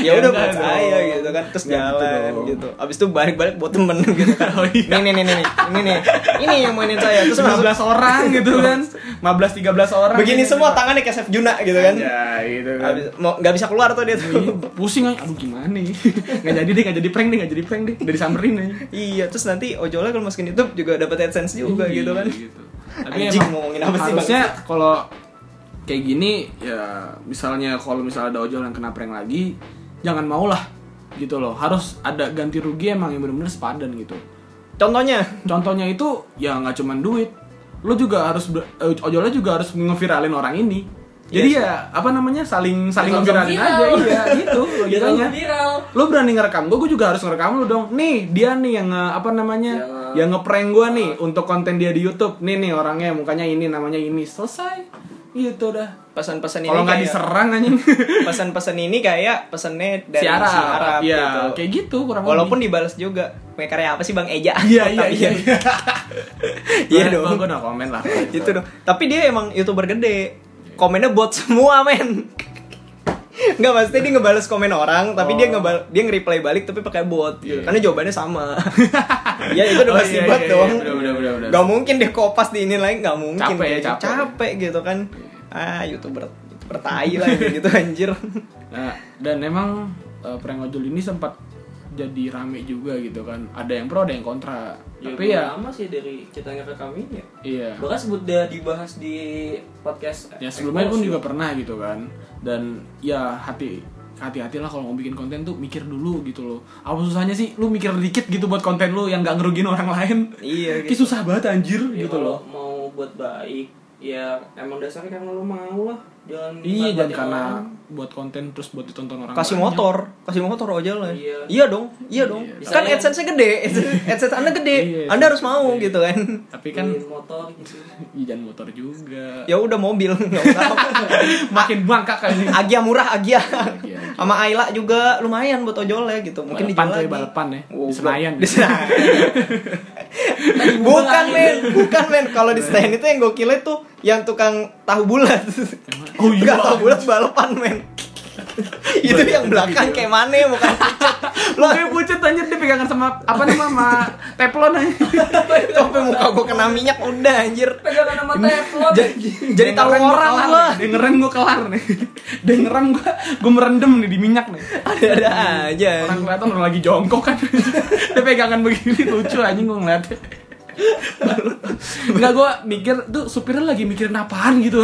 A: ya udah buat
B: Enggak
A: saya
B: dong.
A: gitu kan terus
B: Enggak gitu
A: jalan
B: dong.
A: gitu abis itu balik balik buat
B: [laughs]
A: temen gitu kan
B: Oh, iya.
A: nih nih nih nih ini nih ini yang mainin saya terus
B: 15
A: langsung,
B: orang gitu kan 15 13 orang
A: begini
B: gitu.
A: semua tangannya kayak Chef Juna gitu kan
B: [laughs] ya gitu kan
A: abis mau nggak bisa keluar tuh dia
B: Iya.
A: tuh
B: pusing aja aduh gimana nih [laughs] nggak jadi deh nggak jadi prank deh nggak jadi prank deh udah disamperin aja
A: Iya, terus nanti ojolnya kalau masukin YouTube juga dapat AdSense juga
B: Iya,
A: gitu kan.
B: tapi
A: Anjing,
B: emang
A: ngomongin apa sih,
B: harusnya kalau kayak gini ya misalnya kalau misalnya ada ojol yang kena prank lagi jangan maulah gitu loh harus ada ganti rugi emang yang bener-bener sepadan gitu
A: Contohnya,
B: contohnya itu ya nggak cuman duit lo juga harus ber- eh, ojolnya juga harus ngeviralin orang ini
A: Yes.
B: jadi ya apa namanya saling saling
C: Sama-sama
B: ngeviralin
C: viral.
B: aja iya [laughs] gitu
C: [laughs] Biar
B: logikanya
C: langsung viral.
B: lo berani ngerekam gue, gue juga harus ngerekam lo dong. Nih dia nih yang eh, apa namanya,
C: Yang, eh,
B: yang ngeprank gue nih
A: Ah.
B: untuk konten dia di YouTube. Nih nih orangnya mukanya ini namanya ini selesai. Gitu dah.
A: pesan-pesan ini
B: Kalau nggak
A: kayak-
B: diserang anjing.
A: [laughs] pesan-pesan ini kayak pesannya dari si
B: Siara,
A: Arab,
B: ya
A: gitu.
B: kayak gitu kurang
A: Walaupun dibalas juga. Kayak karya apa sih Bang Eja?
B: lebih. iya iya
A: Tapi-
B: iya.
A: [laughs] Iya
B: Gua-
A: dong.
B: Gua udah komen lah.
A: [laughs] Itu Gitu dong. Tapi dia emang YouTuber gede. Komennya bot [laughs] semua, men. Enggak maksudnya dia ngebales komen orang, tapi dia ngebal dia nge-reply balik tapi pakai bot. gitu.
B: Oh. Iya.
A: Karena jawabannya
B: [laughs]
A: sama. ya itu udah
B: Oh,
A: pasti
B: iya,
A: bot
B: iya, iya.
A: dong.
B: Udah, udah, udah, udah.
A: Gak mungkin deh kopas di ini lagi nggak mungkin.
B: Capek ya,
A: gitu.
B: capek.
A: gitu kan. Ah, YouTuber YouTuber tai lah gitu anjir.
B: Nah, dan emang eh, prank ojol ini sempat jadi rame juga gitu kan. Ada yang pro, ada yang kontra. Tapi ya,
C: Iya, lama sih dari ceritanya ke kami ya.
B: iya.
C: Bahkan sebut udah dibahas di podcast.
B: ya sebelumnya
C: Ekos,
B: pun
C: ya.
B: juga pernah gitu kan dan ya hati hati-hati lah kalau mau bikin konten tuh mikir dulu gitu loh apa susahnya sih lu mikir dikit gitu buat konten lu yang gak ngerugin orang lain
A: Iya,
B: Kayak
A: gitu.
B: susah banget anjir
C: Ya,
B: gitu
C: kalau
B: loh
C: Mau buat baik ya emang dasarnya karena lo mau lah. Jangan
B: iya
C: dimanfaatin
B: dan karena
C: orang.
B: buat konten terus buat ditonton
A: ya.
B: orang
A: Kasih
B: banyak.
A: motor, kasih motor ojol lah.
C: Iya.
A: Iya dong, iya dong.
C: Iya.
A: Kan AdSense-nya
B: [laughs]
A: gede, AdSense Anda
B: ya. Iya,
A: gede. Anda harus mau
B: gede.
A: gitu kan.
B: tapi kan
C: Beliin motor gitu.
B: [laughs] iya, jangan motor juga
A: Ya udah mobil, nggak usah.
B: [laughs] makin bangkak kan
A: Agia murah Agia.
B: Iya,
A: Sama Ayla juga lumayan buat ojolnya gitu. Mungkin
B: Balapan
A: dijual
B: coy,
A: lagi.
B: balapan ya. Di
A: goblok.
B: Senayan.
A: Di Senayan. bukan men, bukan men. Kalau di Senayan itu yang gokilnya tuh yang tukang tahu bulat.
B: Oh iya.
A: Nggak tahu bulat balapan
B: [laughs]
A: men. itu yang belakang kayak mana bukan pucat. Lo
B: Gue pucet anjir dia pegangan sama apa nama sama
A: [laughs]
B: teflon aja.
A: sampai muka gue kena minyak udah anjir.
C: [laughs] Pegangan sama [laughs] teflon.
A: Jadi tahu
B: Dengeran gua
A: orang
B: kelar
A: gua.
B: nih, Dengeran gue kelar nih. [laughs] Dengeran gue gue merendam nih di minyak nih.
A: Ada-ada aja.
B: Orang kelihatan orang lagi jongkok kan. [laughs] dia pegangan begini lucu anjing gue
A: [laughs]
B: ngeliatnya. Enggak gue mikir tuh supirnya lagi mikirin apaan gitu.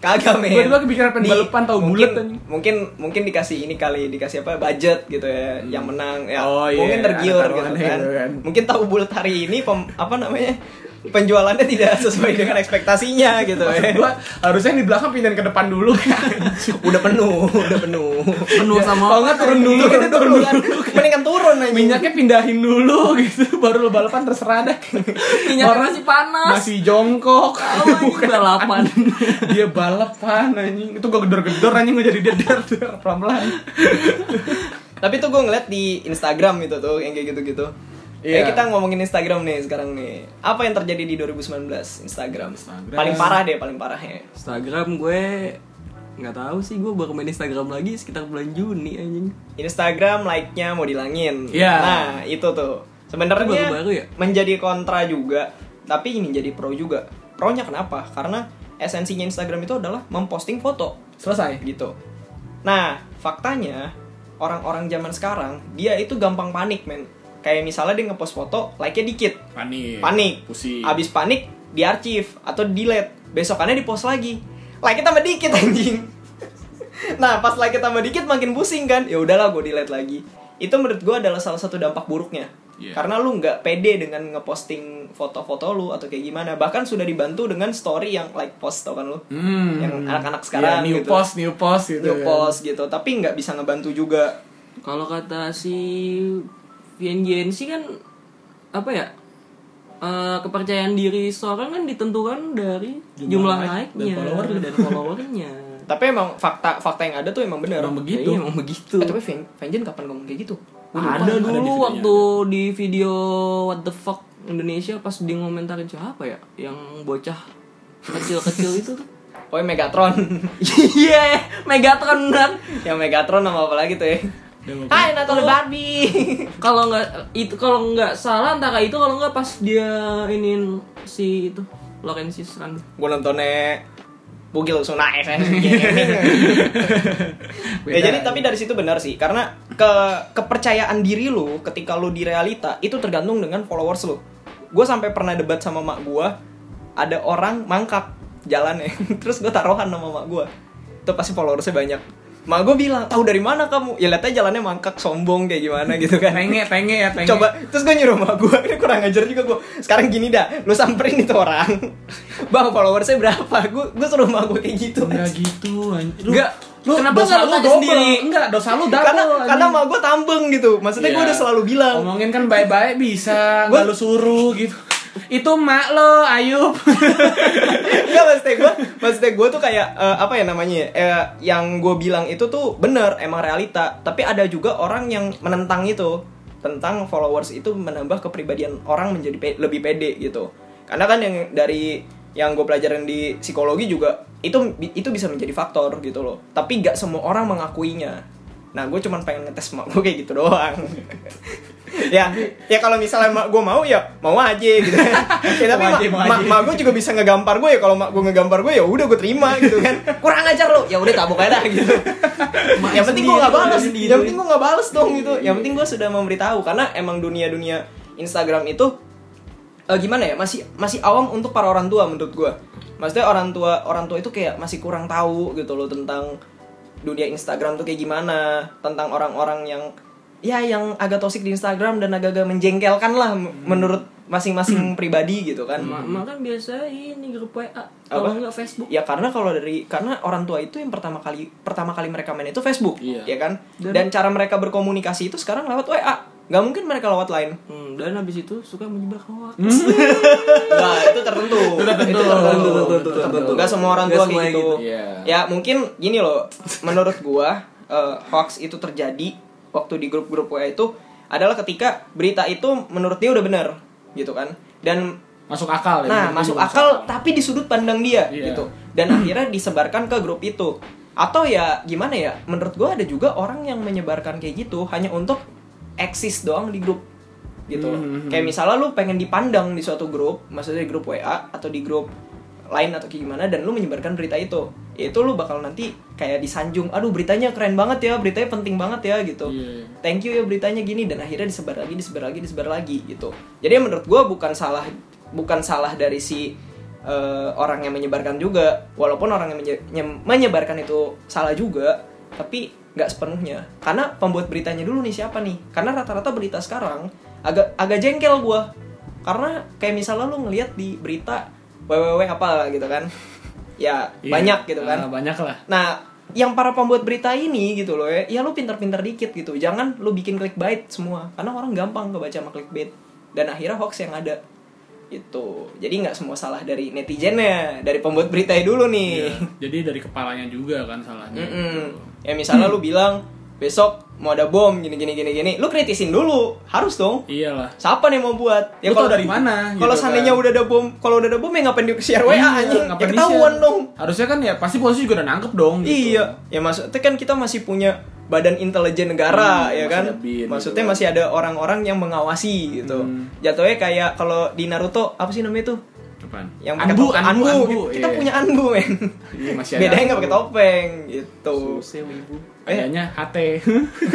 A: Kagak men.
B: Gua- gua kepikiran pengen
A: Di-
B: balapan tahu
A: mungkin,
B: bulat anjing.
A: Mungkin mungkin dikasih ini kali dikasih apa budget gitu ya yang menang ya.
B: Hmm. Oh, iya,
A: mungkin
B: ada
A: tergiur gitu
B: taruhan
A: kan.
B: gitu kan.
A: Mungkin tahu bulat hari ini pem- apa namanya? penjualannya tidak [laughs] sesuai dengan ekspektasinya [laughs] gitu ya.
B: Maksud gue harusnya yang di belakang pindahin ke depan dulu. [laughs] Ya,
A: Udah penuh, udah penuh.
C: Penuh sama
B: Kalau nggak turun dulu,
A: Mungkin turun kan. Mendingan turun aja.
B: [laughs] minyaknya pindahin dulu [laughs] gitu baru lo balapan terserah deh
C: Minyaknya
B: Orang
C: masih panas. Oh, iya.
B: masih jongkok
A: Oh
C: Tahu anjing balapan.
B: [laughs]
C: [laughs]
B: dia balapan anjing itu gue gedor-gedor anjing gue jadi deder pelan-pelan
A: Tapi tuh gue ngeliat di Instagram itu tuh yang kayak gitu-gitu.
B: Iya.
A: Eh, kita ngomongin Instagram nih sekarang nih. Apa yang terjadi di 2019 Instagram?
B: Instagram.
A: Paling parah deh, paling parahnya.
C: Instagram gue nggak tahu sih gue baru main Instagram lagi sekitar bulan Juni anjing.
A: Instagram like-nya mau dilangin.
B: Iya.
A: Nah, itu tuh. Sebenarnya
C: Itu baru-baru ya?
A: menjadi kontra juga, tapi ini jadi pro juga. Pro-nya kenapa? Karena esensinya Instagram itu adalah memposting foto
B: selesai
A: gitu. Nah, faktanya orang-orang zaman sekarang dia itu gampang panik, men. Kayak misalnya dia ngepost foto, like-nya dikit.
B: panik
A: Panik. Abis panik diarsip atau delete. Besokannya dipost lagi. Like-nya tambah dikit [laughs] anjing. nah, pas like-nya tambah dikit makin pusing kan. Ya udahlah gue delete lagi. Itu menurut gue adalah salah satu dampak buruknya.
B: Iya.
A: Karena lu nggak pede dengan ngeposting foto-foto lu atau kayak gimana. Bahkan sudah dibantu dengan story yang like post tau kan lu.
B: Hmm.
A: Yang anak-anak sekarang
B: Iya, new
A: gitu.
B: post new post gitu
A: New
B: kan.
A: post gitu, tapi nggak bisa ngebantu juga.
C: Kalau kata si VNGN sih kan apa ya? Eh, kepercayaan diri seorang kan ditentukan dari jumlah,
B: like dan
C: like-nya
B: follower.
C: dan followernya.
A: Tapi emang fakta fakta yang ada tuh emang bener.
B: Emang
C: Ya,
B: begitu
C: iya, emang [laughs] begitu.
A: Eh, tapi Ven- Vengeance kapan ngomong kayak gitu? Gua lupa.
B: Ada
C: ada
B: di
C: dulu
B: videonya,
C: waktu di video What the fuck Indonesia pas di ngomentarin siapa ya yang bocah kecil-kecil itu [laughs] tuh.
A: Oh, yang Megatron. [laughs]
C: Iya, Megatron benar.
A: yang Megatron sama apa lagi tuh ya? Hai, Natal Barbie.
C: Kalau nggak itu kalau nggak salah antara itu kalau nggak pas dia inin si itu Laurentius Rand.
A: Gue nontonnya Bugil langsung naik ya.
B: Beda.
A: jadi tapi dari situ benar sih karena ke kepercayaan diri lu ketika lu di realita itu tergantung dengan followers lu. Gue sampai pernah debat sama mak gue ada orang mangkak jalannya [laughs] terus gue taruhan sama mak gue itu pasti followersnya banyak. Mak gue bilang tahu dari mana kamu? Ya lihatnya jalannya mangkak sombong kayak gimana gitu kan.
B: Penge, penge ya, penge.
A: Coba, terus gue nyuruh sama gue, [laughs] ini kurang ajar juga gue Sekarang gini dah, lu samperin itu
B: [laughs]
A: orang Bang, followersnya berapa? Gue gue suruh sama gue kayak gitu
B: Enggak gitu anjing. Lu-
C: Enggak.
B: Lu
C: Kenapa
B: dosa
C: nggak
B: lu
C: lu tanya
B: double.
C: sendiri?
B: Enggak, dosa lu double.
A: Karena, karena
B: anjing.
A: sama gue tambeng gitu Maksudnya gue
B: Iya.
A: udah selalu bilang
B: Ngomongin kan baik-baik bisa,
A: Gua-
B: nggak lu suruh gitu. Itu mak lo, Ayub.
A: Enggak, maksudnya gue Maksudnya gue tuh kayak, eh, apa ya namanya ya, eh, Yang gue bilang itu tuh bener, emang realita Tapi ada juga orang yang menentang itu Tentang followers itu menambah kepribadian orang menjadi pe- lebih pede gitu Karena kan yang dari yang gue pelajarin di psikologi juga itu itu bisa menjadi faktor gitu loh tapi gak semua orang mengakuinya nah gue cuman pengen ngetes mak gue kayak gitu doang ya ya kalau misalnya mak gue mau ya mau aja [laughs] gitu ya, tapi
B: Mau
A: mak
B: aja, mau
A: mak-
B: aja.
A: mak gue juga bisa ngegampar gue ya kalau mak gue ngegampar gue ya udah gue terima gitu kan [laughs] kurang ajar lo ya udah tabok aja dah gitu yang penting gue nggak balas
C: sendiri.
A: yang penting gue nggak balas dong gitu yang penting gue sudah memberitahu karena emang dunia dunia Instagram itu eh, gimana ya masih masih awam untuk para orang tua menurut gue maksudnya orang tua orang tua itu kayak masih kurang tahu gitu loh tentang dunia Instagram tuh kayak gimana tentang orang-orang yang ya yang agak toksik di Instagram dan agak-agak menjengkelkan lah m- menurut masing-masing pribadi gitu kan
B: Hmm.
C: Mak mak kan biasa ini grup WA kalau nggak Facebook.
A: ya karena kalau dari karena orang tua itu yang pertama kali pertama kali mereka main itu Facebook
B: Iya.
A: ya kan dan, cara mereka berkomunikasi itu sekarang lewat WA nggak mungkin mereka lewat lain
C: Hmm, dan habis itu suka menyebar hoax.
B: Hmm.
A: Nah, itu tertentu. Itu
B: tertentu. Oh,
A: tertentu.
B: Tertentu,
A: Itu tertentu. Gak semua orang
C: Nggak
A: tua
C: semua
A: kayak gitu.
B: gitu. Iya.
A: Ya, mungkin gini loh. Menurut gua, eh, hoax itu terjadi waktu di grup-grup WA itu adalah ketika berita itu menurut dia udah bener gitu kan dan
B: [laughs] masuk akal ya
A: nah
B: menurut
A: masuk
B: gua
A: akal tapi di sudut pandang dia
B: Iya.
A: gitu dan akhirnya disebarkan ke grup itu atau ya gimana ya menurut gua ada juga orang yang menyebarkan kayak gitu hanya untuk eksis doang di grup gitu loh.
B: Mhm.
A: kayak misalnya lu pengen dipandang di suatu grup maksudnya di grup WA atau di grup lain atau kayak gimana dan lu menyebarkan berita itu ya itu lu bakal nanti kayak disanjung aduh beritanya keren banget ya beritanya penting banget ya gitu
B: Iya.
A: thank you ya beritanya gini dan akhirnya disebar lagi disebar lagi disebar lagi gitu jadi menurut gue bukan salah bukan salah dari si eh, orang yang menyebarkan juga walaupun orang yang menye- nye- menyebarkan itu salah juga tapi nggak sepenuhnya karena pembuat beritanya dulu nih siapa nih karena rata-rata berita sekarang agak agak jengkel gue karena kayak misalnya lu ngelihat di berita www apa gitu kan ya
B: Iya.
A: banyak gitu kan
B: Ah, banyak lah
A: Nah, yang para pembuat berita ini gitu loh ya, ya lu pinter-pinter dikit gitu. Jangan lu bikin clickbait semua, karena orang gampang kebaca sama clickbait. Dan akhirnya hoax yang ada gitu. Jadi nggak semua salah dari netizennya, dari pembuat berita dulu nih.
B: Iya. jadi dari kepalanya juga kan salahnya
A: [laughs] Mm-mm. Ya misalnya lu bilang besok mau ada bom gini gini gini gini, lu kritisin dulu, harus dong.
B: iyalah
A: Siapa nih mau buat? Ya
B: Lu tau dari mana,
A: Kalau
B: gitu
A: seandainya
B: kan.
A: udah ada bom, kalau udah ada bom ya ngapain di share WA
B: Iya,
A: anjing? Ya
B: ngapain
A: ketahuan
B: di-share?
A: dong.
B: harusnya kan ya pasti polisi juga udah nangkep dong gitu.
A: Iya, ya maksudnya kan kita masih punya badan intelijen negara
B: Hmm,
A: ya
B: masih
A: kan.
B: ada bin,
A: maksudnya
B: gitu.
A: masih ada orang-orang yang mengawasi gitu.
B: Hmm.
A: Jatuhnya kayak kalau di Naruto apa sih namanya tuh?
B: Apaan?
A: Yang pakai
B: anbu,
A: topeng.
B: anbu, anbu,
A: Kita
B: iya.
A: punya anbu, men.
B: Iya, masih ada
A: Bedanya nggak
B: anbu.
A: pakai topeng gitu.
B: Kayaknya HT. [laughs]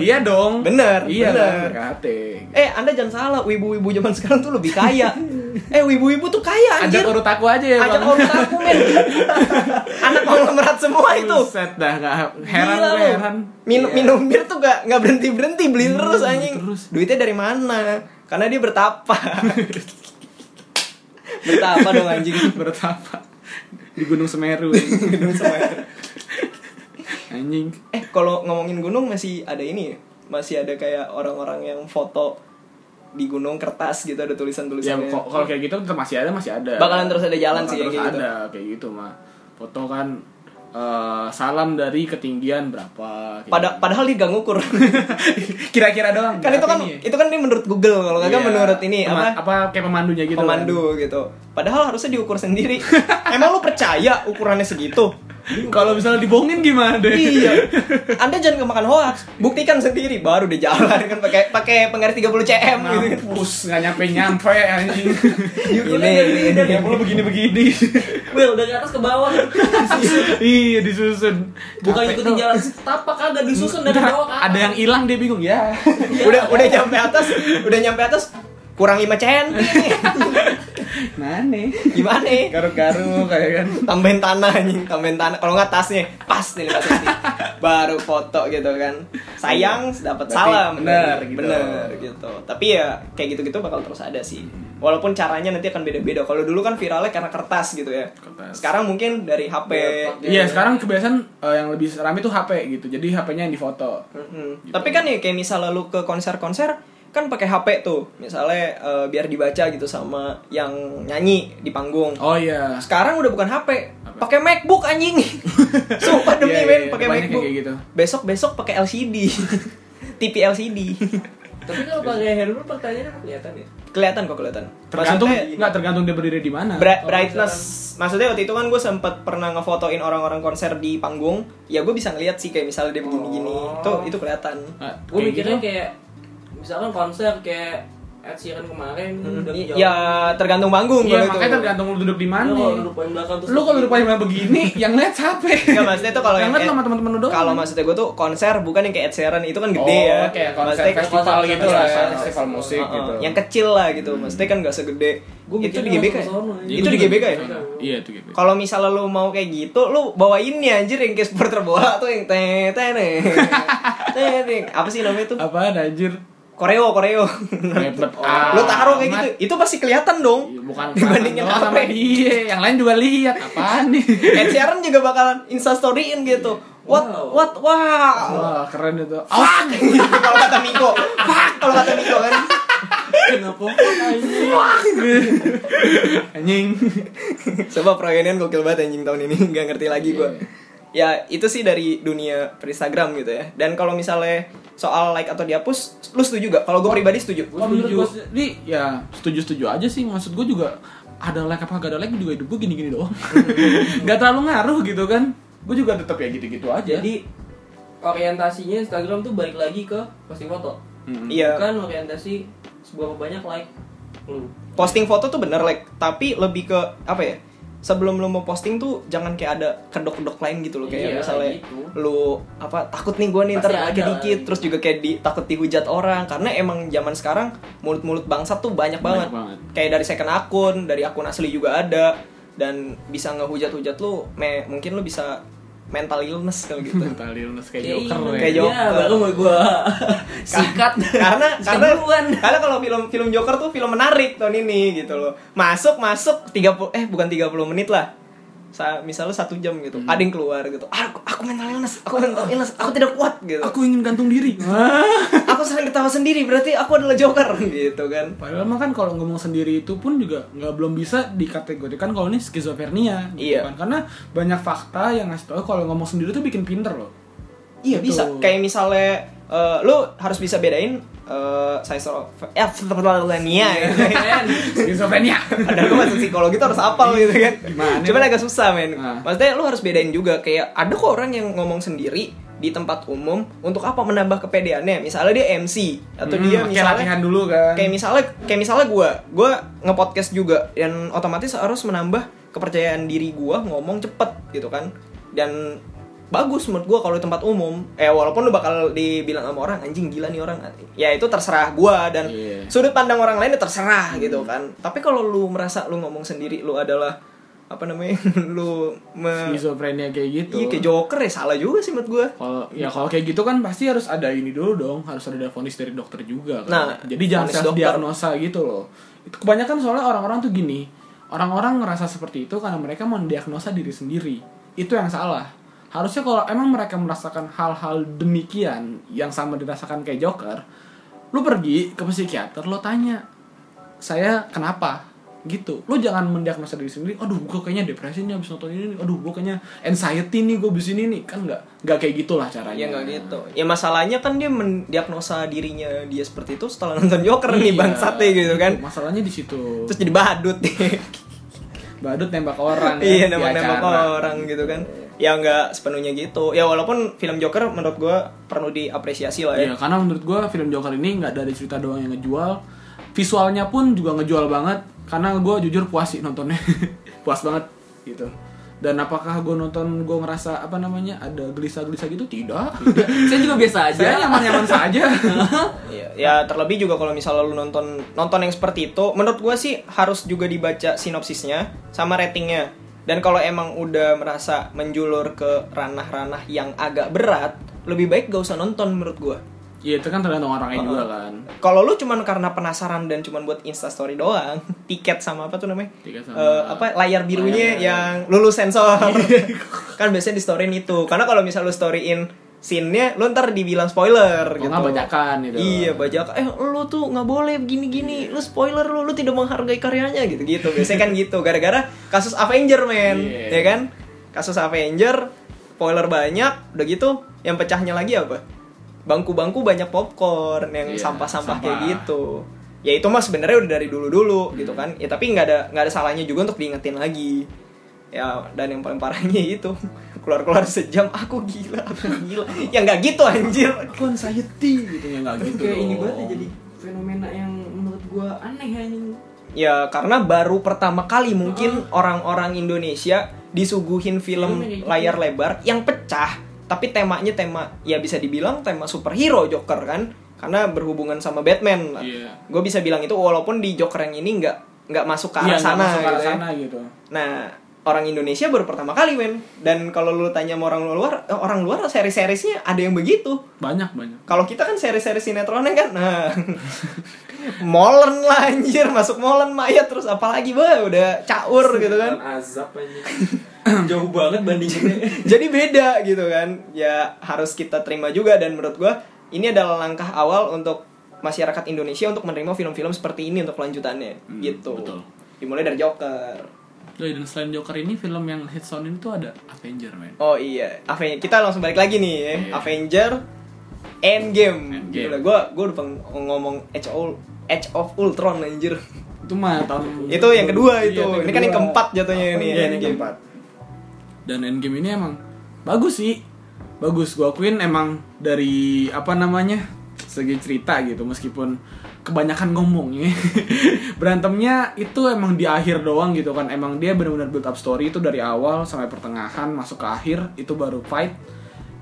B: iya dong.
A: Bener,
B: Iya
A: bener.
B: dong, pakai HT.
A: Eh, Anda jangan salah, wibu-wibu zaman [laughs] sekarang tuh lebih kaya. eh, wibu-wibu tuh kaya
B: Ajak
A: anjir.
B: urut aku aja ya.
A: Ajak orang aku,
B: [laughs]
A: men. Anak konglomerat semua itu.
B: Set dah, nggak heran
A: Gila
B: gue
A: lu.
B: heran.
A: Minum
B: Iya.
A: minum bir tuh gak nggak berhenti berhenti beli
B: Iya,
A: terus anjing.
B: terus.
A: Duitnya dari mana? Karena dia
B: [laughs]
A: bertapa. bertapa dong anjing.
B: [laughs] bertapa di Gunung Semeru.
A: Gunung Semeru.
B: Anjing.
A: Eh kalau ngomongin gunung masih ada ini ya? Masih ada kayak orang-orang yang foto di gunung kertas gitu ada
B: Ya
A: tulisan-tulisannya.
B: kok- kalau kayak gitu tetap masih ada, masih ada.
A: Bakalan terus ada jalan
B: Bakalan
A: sih, kayak
B: terus
A: gitu.
B: ada kayak gitu mah. Foto kan eh, salam dari ketinggian berapa? kayak
A: Pada,
B: gitu. [laughs]
A: padahal dia gak ngukur.
B: kira-kira doang.
A: kan itu kan
B: Tapi
A: itu kan ini menurut Google kalau kagak
B: ya? Iya.
A: menurut ini
B: Pema-
A: apa?
B: kayak pemandunya gitu
A: pemandu gitu. Padahal harusnya diukur
B: [laughs]
A: sendiri. Emang lu percaya ukurannya segitu?
B: kan. kalau misalnya dibohongin gemain deh
A: iya.
B: [laughs]
A: Anda jangan kemakan hoax. Buktikan sendiri baru dia jalan kan pakai pakai penggaris 30 cm gitu.
B: mampus nggak nyampe nyampe anjing [laughs]
A: Ini ini,
B: ya
A: ini.
B: mulu begini begini
C: Will dari atas ke
B: [laughs]
C: bawah
B: iya disusun
C: bukan
B: Capek
C: ikutin
B: tuh.
C: jalan tapak kagak disusun dari
A: kan?
C: bawah ke atas.
B: Hmm. ada yang hilang dia bingung ya [laughs]
A: Udah udah nyampe atas, udah nyampe atas kurang 5 cm.
B: mana
A: Gimana? ya?
B: garuk-garuk kayak kan
A: Tambahin tanah anjing, tambahin tanah. Kalau nggak tasnya pas nih pas
B: [laughs]
A: ini. Baru foto gitu kan. Sayang dapat
B: Berarti
A: salam.
B: Iya. bener gitu.
A: Bener gitu. Tapi ya kayak gitu-gitu bakal terus ada sih. Walaupun caranya nanti akan beda-beda. Kalau dulu kan viralnya karena kertas gitu ya.
B: Kertas.
A: Sekarang mungkin dari HP.
C: Laptop.
B: iya sekarang kebiasaan eh, yang lebih rame tuh HP gitu jadi HP-nya yang difoto
A: Mm-mm.
B: Gitu.
A: Tapi kan ya kayak misalnya lu ke konser-konser kan pakai HP tuh. Misalnya eh, biar dibaca gitu sama yang nyanyi di panggung.
B: oh iya
A: Sekarang udah bukan HP, pakai MacBook
B: [laughs]
A: anjing. Sumpah demi
B: Iya, iya,
A: men
B: iya.
A: pakai
B: Banyak yang
A: MacBook.
B: kayak gitu.
A: Besok-besok pakai
B: [laughs]
A: LCD. TV LCD.
C: tapi kalau pakai handphone pertanyaannya kan kelihatan ya
A: kelihatan kok kelihatan.
B: tergantung
A: Maksudnya,
B: nggak Oh, tergantung dia berdiri di mana
A: Bra-
C: Kalau
A: brightness maksudnya waktu itu kan gue sempet pernah ngefotoin orang-orang konser di panggung ya gue bisa ngeliat sih kayak misalnya dia begini-gini
C: Oh.
A: itu itu kelihatan
B: Nah,
C: gue
B: kayak
C: mikirnya
B: gitu.
C: kayak misalkan konser kayak Ed Sheeran kemarin
B: Hmm.
C: dari
A: ya tergantung panggung kalau
B: Iya,
A: itu.
B: makanya
A: [laughs]
B: tergantung lu duduk di mana.
C: lu Iya, kalau duduk paling belakang terus
B: Lu kalau duduk paling begini, [laughs] yang lihat siapa?
A: Enggak maksudnya itu kalau
B: yang lihat
A: eh,
B: sama teman-teman lu doang.
A: Kalau maksudnya gue tuh konser bukan yang kayak Ed Sheeran itu kan gede
B: oh,
A: ya.
B: kayak konser
A: Maksudnya-
B: festival
C: konser
B: gitu lah,
C: festival.
B: festival musik
A: Heeh,
B: gitu.
A: Yang kecil lah gitu. Maksudnya kan gak segede.
C: Gua
A: itu di
C: mikirnya
A: GBK. Ya?
C: langsung ke sono, ya.
A: Itu di GBK ya?
B: Iya, itu GBK.
A: Kalau misalnya lu mau kayak gitu, lu bawain nih anjir yang kayak supporter bola tuh yang teng teng teng. Apa sih namanya tuh?
B: Apaan anjir?
A: Koreo, koreo.
B: Mepet
A: Lu taruh kayak
B: amat.
A: gitu, itu pasti kelihatan dong.
B: Iya, Bukan
A: [laughs] dibandingin
B: dibandingin
A: HP.
B: sama dia, yang lain juga lihat apaan
A: [laughs]
B: nih.
A: Ed Sheeran juga bakalan instastoryin gitu. What,
C: Wow.
A: what, wow. [laughs]
B: Wah, keren itu. Fuck.
A: kalau kata Miko fuck kalau kata Miko kan
C: kenapa anjing?
B: Anjing.
A: [laughs] coba perayaan gokil banget anjing tahun ini nggak ngerti lagi gue ya itu sih dari dunia per Instagram gitu ya dan kalau misalnya soal like atau dihapus lu setuju gak kalau gue pribadi setuju
B: gue
C: Oh, menurut
B: setuju
C: gua
B: jadi ya setuju setuju aja sih maksud gue juga ada like apa gak ada like juga hidup gue gini gini doang
A: Hmm.
B: nggak terlalu ngaruh gitu kan gue juga tetap ya gitu gitu
A: Iya.
B: aja
C: Jadi orientasinya Instagram tuh balik lagi ke posting foto.
B: Mm-mm.
A: iya
C: Bukan orientasi seberapa banyak like Hmm, lu.
A: posting foto tuh bener like tapi lebih ke apa ya sebelum lu mau posting tuh jangan kayak ada kedok-kedok lain gitu loh kayak
C: Iya,
A: misalnya
C: gitu.
A: lu apa takut nih gue nih ntar
C: Pasti ada
A: like dikit
C: lah.
A: terus juga kayak di, takut dihujat orang karena emang zaman sekarang mulut-mulut bangsat tuh banyak, banget.
B: Banyak banget.
A: kayak dari second akun dari akun asli juga ada dan bisa ngehujat-hujat lu me- mungkin lu bisa mental illness kalau
C: [laughs]
A: gitu
B: mental illness kayak joker
C: iya,
B: ya.
A: Kayak Joker. Kan,
C: Iya, baru mau
A: [laughs]
C: gua sikat. [laughs]
A: karena
C: Sikat
A: karena [laughs]
C: duluan.
A: karena kalau film film Joker tuh film menarik tahun ini gitu loh masuk masuk 30 eh bukan 30 menit lah Sa- misalnya satu jam gitu
C: Hmm.
A: ada yang keluar gitu "Ah, aku, aku mental illness aku mental illness aku tidak kuat gitu
B: aku ingin gantung
A: [laughs]
B: diri
A: Iya. aku sering ketawa sendiri berarti aku adalah Joker [laughs] gitu kan
B: Padahal mah kan kalau ngomong sendiri itu pun juga nggak belum bisa dikategorikan kalau ini skizofrenia gitu
A: Iya.
B: kan. Karena banyak fakta yang ngasih tau kalau ngomong sendiri tuh bikin pinter loh.
A: iya
B: Gitu.
A: bisa kayak misalnya eh, lu harus bisa bedain eh saya soro eh [laughs] schizophrenia ya.
B: skizofrenia.
A: [laughs] Padahal lu masuk psikologi tuh harus apal gitu kan
B: [laughs] Gimana?
A: Cuman agak susah men
B: Nah.
A: Maksudnya lu harus bedain juga Kayak ada kok orang yang ngomong sendiri di tempat umum Untuk apa menambah kepedeannya Misalnya dia MC Atau
B: Hmm,
A: dia
B: kayak
A: misalnya
B: latihan dulu kan.
A: Kayak misalnya kayak misalnya gue Gue nge-podcast juga Dan otomatis harus menambah kepercayaan diri gue Ngomong cepet gitu kan Dan bagus menurut gue kalau di tempat umum eh walaupun lu bakal dibilang sama orang anjing gila nih orang ya itu terserah gue dan
B: Iya.
A: sudut pandang orang lain ya terserah gitu kan tapi kalau lu merasa lu ngomong sendiri lu adalah apa namanya [laughs] lu me-
B: skizofrenia kayak gitu.
A: iya kayak joker ya salah juga sih menurut gue
B: Kalau ya kalau kayak gitu kan pasti harus ada ini dulu dong, harus ada vonis dari dokter juga
A: Nah,
B: kan. Jadi jangan
A: vonis
B: self diagnosa gitu loh. Itu kebanyakan soalnya orang-orang tuh gini. Orang-orang ngerasa seperti itu karena mereka mendiagnosa diri sendiri. Itu yang salah. Harusnya kalau emang mereka merasakan hal-hal demikian yang sama dirasakan kayak Joker, lu pergi ke psikiater, lu tanya, saya kenapa? gitu lu jangan mendiagnosa diri sendiri aduh gue kayaknya depresi nih abis nonton ini nih. aduh gue kayaknya anxiety nih gue abis ini nih kan nggak nggak kayak gitulah caranya
A: ya nggak gitu ya masalahnya kan dia mendiagnosa dirinya dia seperti itu setelah nonton joker nih
B: Iya,
A: bangsatnya gitu kan
B: masalahnya di situ
A: terus jadi badut
B: badut nembak orang ya,
A: [laughs] iya
B: di
A: nembak-nembak
B: acara.
A: orang gitu kan ya nggak sepenuhnya gitu ya walaupun film joker menurut gue perlu diapresiasi lah ya
B: Iya, karena menurut gua film Joker ini nggak dari cerita doang yang ngejual visualnya pun juga ngejual banget karena gua jujur puas sih nontonnya [laughs] puas banget gitu dan apakah gua nonton gua ngerasa apa namanya ada gelisah-gelisah gitu tidak
C: Saya juga biasa aja.
B: saya nyaman-nyaman saja
A: Iya, ya terlebih juga kalau misalnya lu nonton nonton yang seperti itu, menurut gua sih harus juga dibaca sinopsisnya sama ratingnya. Dan kalau emang udah merasa menjulur ke ranah-ranah yang agak berat, lebih baik gak usah nonton menurut gua.
B: Iya itu kan tergantung orangnya juga kan
A: Kalau lu cuman karena penasaran dan cuman buat instastory doang, [laughs] tiket sama apa tuh namanya?
B: Tiket sama-
A: Eh, apa layar birunya
B: Layar.
A: yang lulus sensor. [laughs] kan biasanya di storyin itu. Karena kalau misalnya lu storyin scene-nya, lu ntar dibilang spoiler
B: kalau
A: gitu.
B: nggak bajakan gitu
A: Iya bajak eh lu tuh nggak boleh gini-gini lu spoiler lu lu tidak menghargai karyanya gitu-gitu biasanya kan gitu gara-gara kasus Avenger men
B: Iya.
A: ya kan kasus Avenger spoiler banyak udah gitu yang pecahnya lagi apa bangku-bangku banyak popcorn yang
B: Iya,
A: sampah-sampah kayak
B: sampah.
A: gitu ya itu mas sebenarnya udah dari dulu-dulu gitu kan ya tapi nggak ada nggak ada salahnya juga untuk diingetin lagi ya dan yang paling parahnya itu [laughs] keluar-keluar sejam aku gila aku gila ya nggak gitu anjir
B: aku anxiety gitu ya nggak gitu
C: kayak ini
B: dong.
C: banget ya jadi fenomena yang menurut gua aneh anjing.
A: Ya karena baru pertama kali mungkin
B: Oh.
A: orang-orang Indonesia disuguhin film
B: iya
C: Filmnya kayak gitu.
A: layar lebar yang pecah, tapi temanya tema ya bisa dibilang tema superhero Joker kan, karena berhubungan sama Batman.
B: Iya.
A: Gue bisa bilang itu walaupun di Joker yang ini nggak nggak masuk ke
B: Iya,
A: arah
B: nggak
A: sana.
B: masuk ke arah
A: gitu ya.
B: sana gitu
A: Nah orang Indonesia baru pertama kali men, dan kalau lu tanya sama orang luar, eh, orang luar seri-serisnya ada yang begitu.
B: banyak banyak
A: Kalau kita kan seri-seri sinetronnya kan, nah, molen lah anjir, masuk molen mayat terus apalagi bah udah caur gitu kan.
C: Azab anjing. [laughs] Jauh banget bandinginnya.
A: Jadi beda gitu kan. Ya harus kita terima juga dan menurut gua ini adalah langkah awal untuk masyarakat Indonesia untuk menerima film-film seperti ini untuk kelanjutannya gitu.
B: Hmm, betul.
A: Dimulai dari Joker.
B: Loh, dan selain Joker ini film yang hit sound ini tuh ada Avenger man
A: Oh iya, Aven kita langsung balik lagi nih ya.
B: Iya.
A: Avenger Endgame. Gila,
B: Endgame.
A: gue gue udah peng- ngomong Edge of, Edge of Ultron anjir.
B: itu mah tahun
A: itu yang kedua
B: Iya,
A: itu.
B: yang
A: ini kan yang
B: kedua.
A: keempat jatuhnya ini. ya.
B: Iya, ini
A: Endgame.
B: keempat. dan Endgame ini emang bagus sih bagus gua akuin emang dari apa namanya segi cerita gitu meskipun kebanyakan ngomongnya [laughs] berantemnya itu emang di akhir doang gitu kan emang dia benar-benar build up story itu dari awal sampai pertengahan masuk ke akhir itu baru fight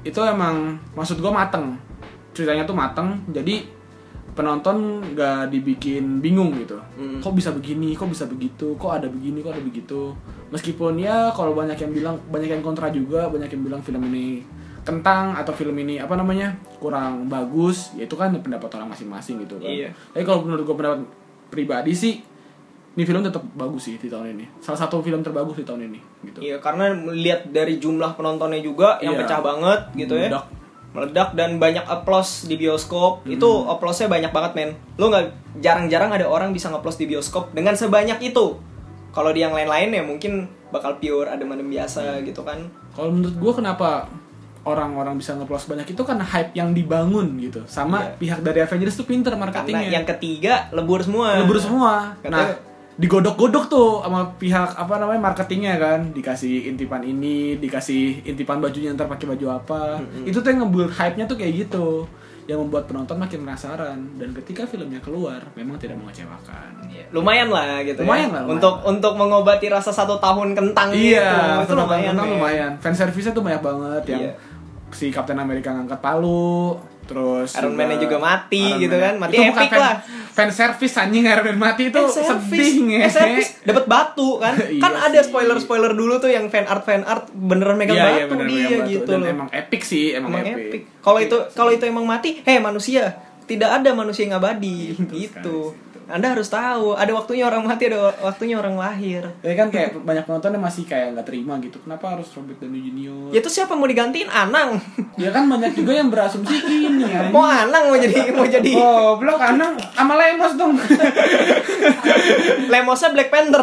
B: itu emang maksud gua mateng ceritanya tuh mateng jadi penonton gak dibikin bingung gitu
A: Hmm.
B: kok bisa begini kok bisa begitu kok ada begini kok ada begitu meskipun ya kalau banyak yang bilang banyak yang kontra juga banyak yang bilang film ini kentang atau film ini apa namanya kurang bagus ya itu kan pendapat orang masing-masing gitu kan
A: Iya.
B: tapi kalau menurut gue pendapat pribadi sih ini film tetap bagus sih di tahun ini salah satu film terbagus di tahun ini gitu
A: Iya, karena melihat dari jumlah penontonnya juga yang
B: Iya.
A: pecah banget gitu ya.
B: Meledak. Hmm.
A: Meledak dan banyak applause di bioskop. Itu applause-nya banyak banget, men. Lu nggak jarang-jarang ada orang bisa nge-applause di bioskop dengan sebanyak itu. Kalau di yang lain-lain ya mungkin bakal pure adem-adem biasa
B: Hmm.
A: gitu kan.
B: kalau menurut gue kenapa orang-orang bisa ngeplos banyak itu karena hype yang dibangun gitu sama
A: Iya.
B: pihak dari Avengers tuh pinter marketingnya
A: Karena yang ketiga lebur semua.
B: ya. Lebur semua. Nah,
A: Iya. Katanya-
B: digodok-godok tuh sama pihak apa namanya marketingnya kan, dikasih intipan ini, dikasih intipan bajunya ntar pakai baju apa. Itu tuh yang nge-build hype-nya tuh kayak gitu, yang membuat penonton makin penasaran dan ketika filmnya keluar memang tidak mengecewakan.
A: Iya, lumayan lah gitu
B: Lumayan
A: ya.
B: lah, lumayan
A: untuk
B: lah.
A: untuk mengobati rasa satu tahun kentang gitu.
B: Iya,
A: itu, itu lumayan
B: lumayan,
A: men.
B: lumayan. Fan service-nya tuh banyak banget yang
A: Iya.
B: si Kapten Amerika ngangkat palu, terus eh,
A: Iron Man-nya juga mati gitu kan, mati
B: Itu bukan
A: epic
B: fan-
A: lah.
B: Fan service anjing Iron Man mati itu
A: Fan service.
B: sedih nge.
A: Fan Eh, service dapat batu kan
B: [laughs] Iya
A: kan ada
B: sih.
A: spoiler spoiler dulu tuh yang fan art fan art beneran megang
B: Iya,
A: batu
B: iya, bener,
A: dia
B: megang batu.
A: gitu
B: Dan
A: loh
B: emang epic sih emang,
A: Emang
B: epic,
A: epic. kalau itu kalau itu emang mati heh manusia tidak ada manusia yang abadi
B: [laughs] Betul
A: gitu
B: sekali
A: anda harus tahu ada waktunya orang mati ada waktunya orang lahir
B: Tapi kan kayak banyak penonton yang masih kayak nggak terima gitu kenapa harus Robert Downey Junior
A: ya itu siapa yang mau digantiin Anang
B: ya kan banyak juga yang berasumsi ini ya
A: [laughs] mau Anang mau jadi mau Oh, jadi
B: [laughs] Oh. goblok anang sama Lemos dong
A: Lemosnya Black Panther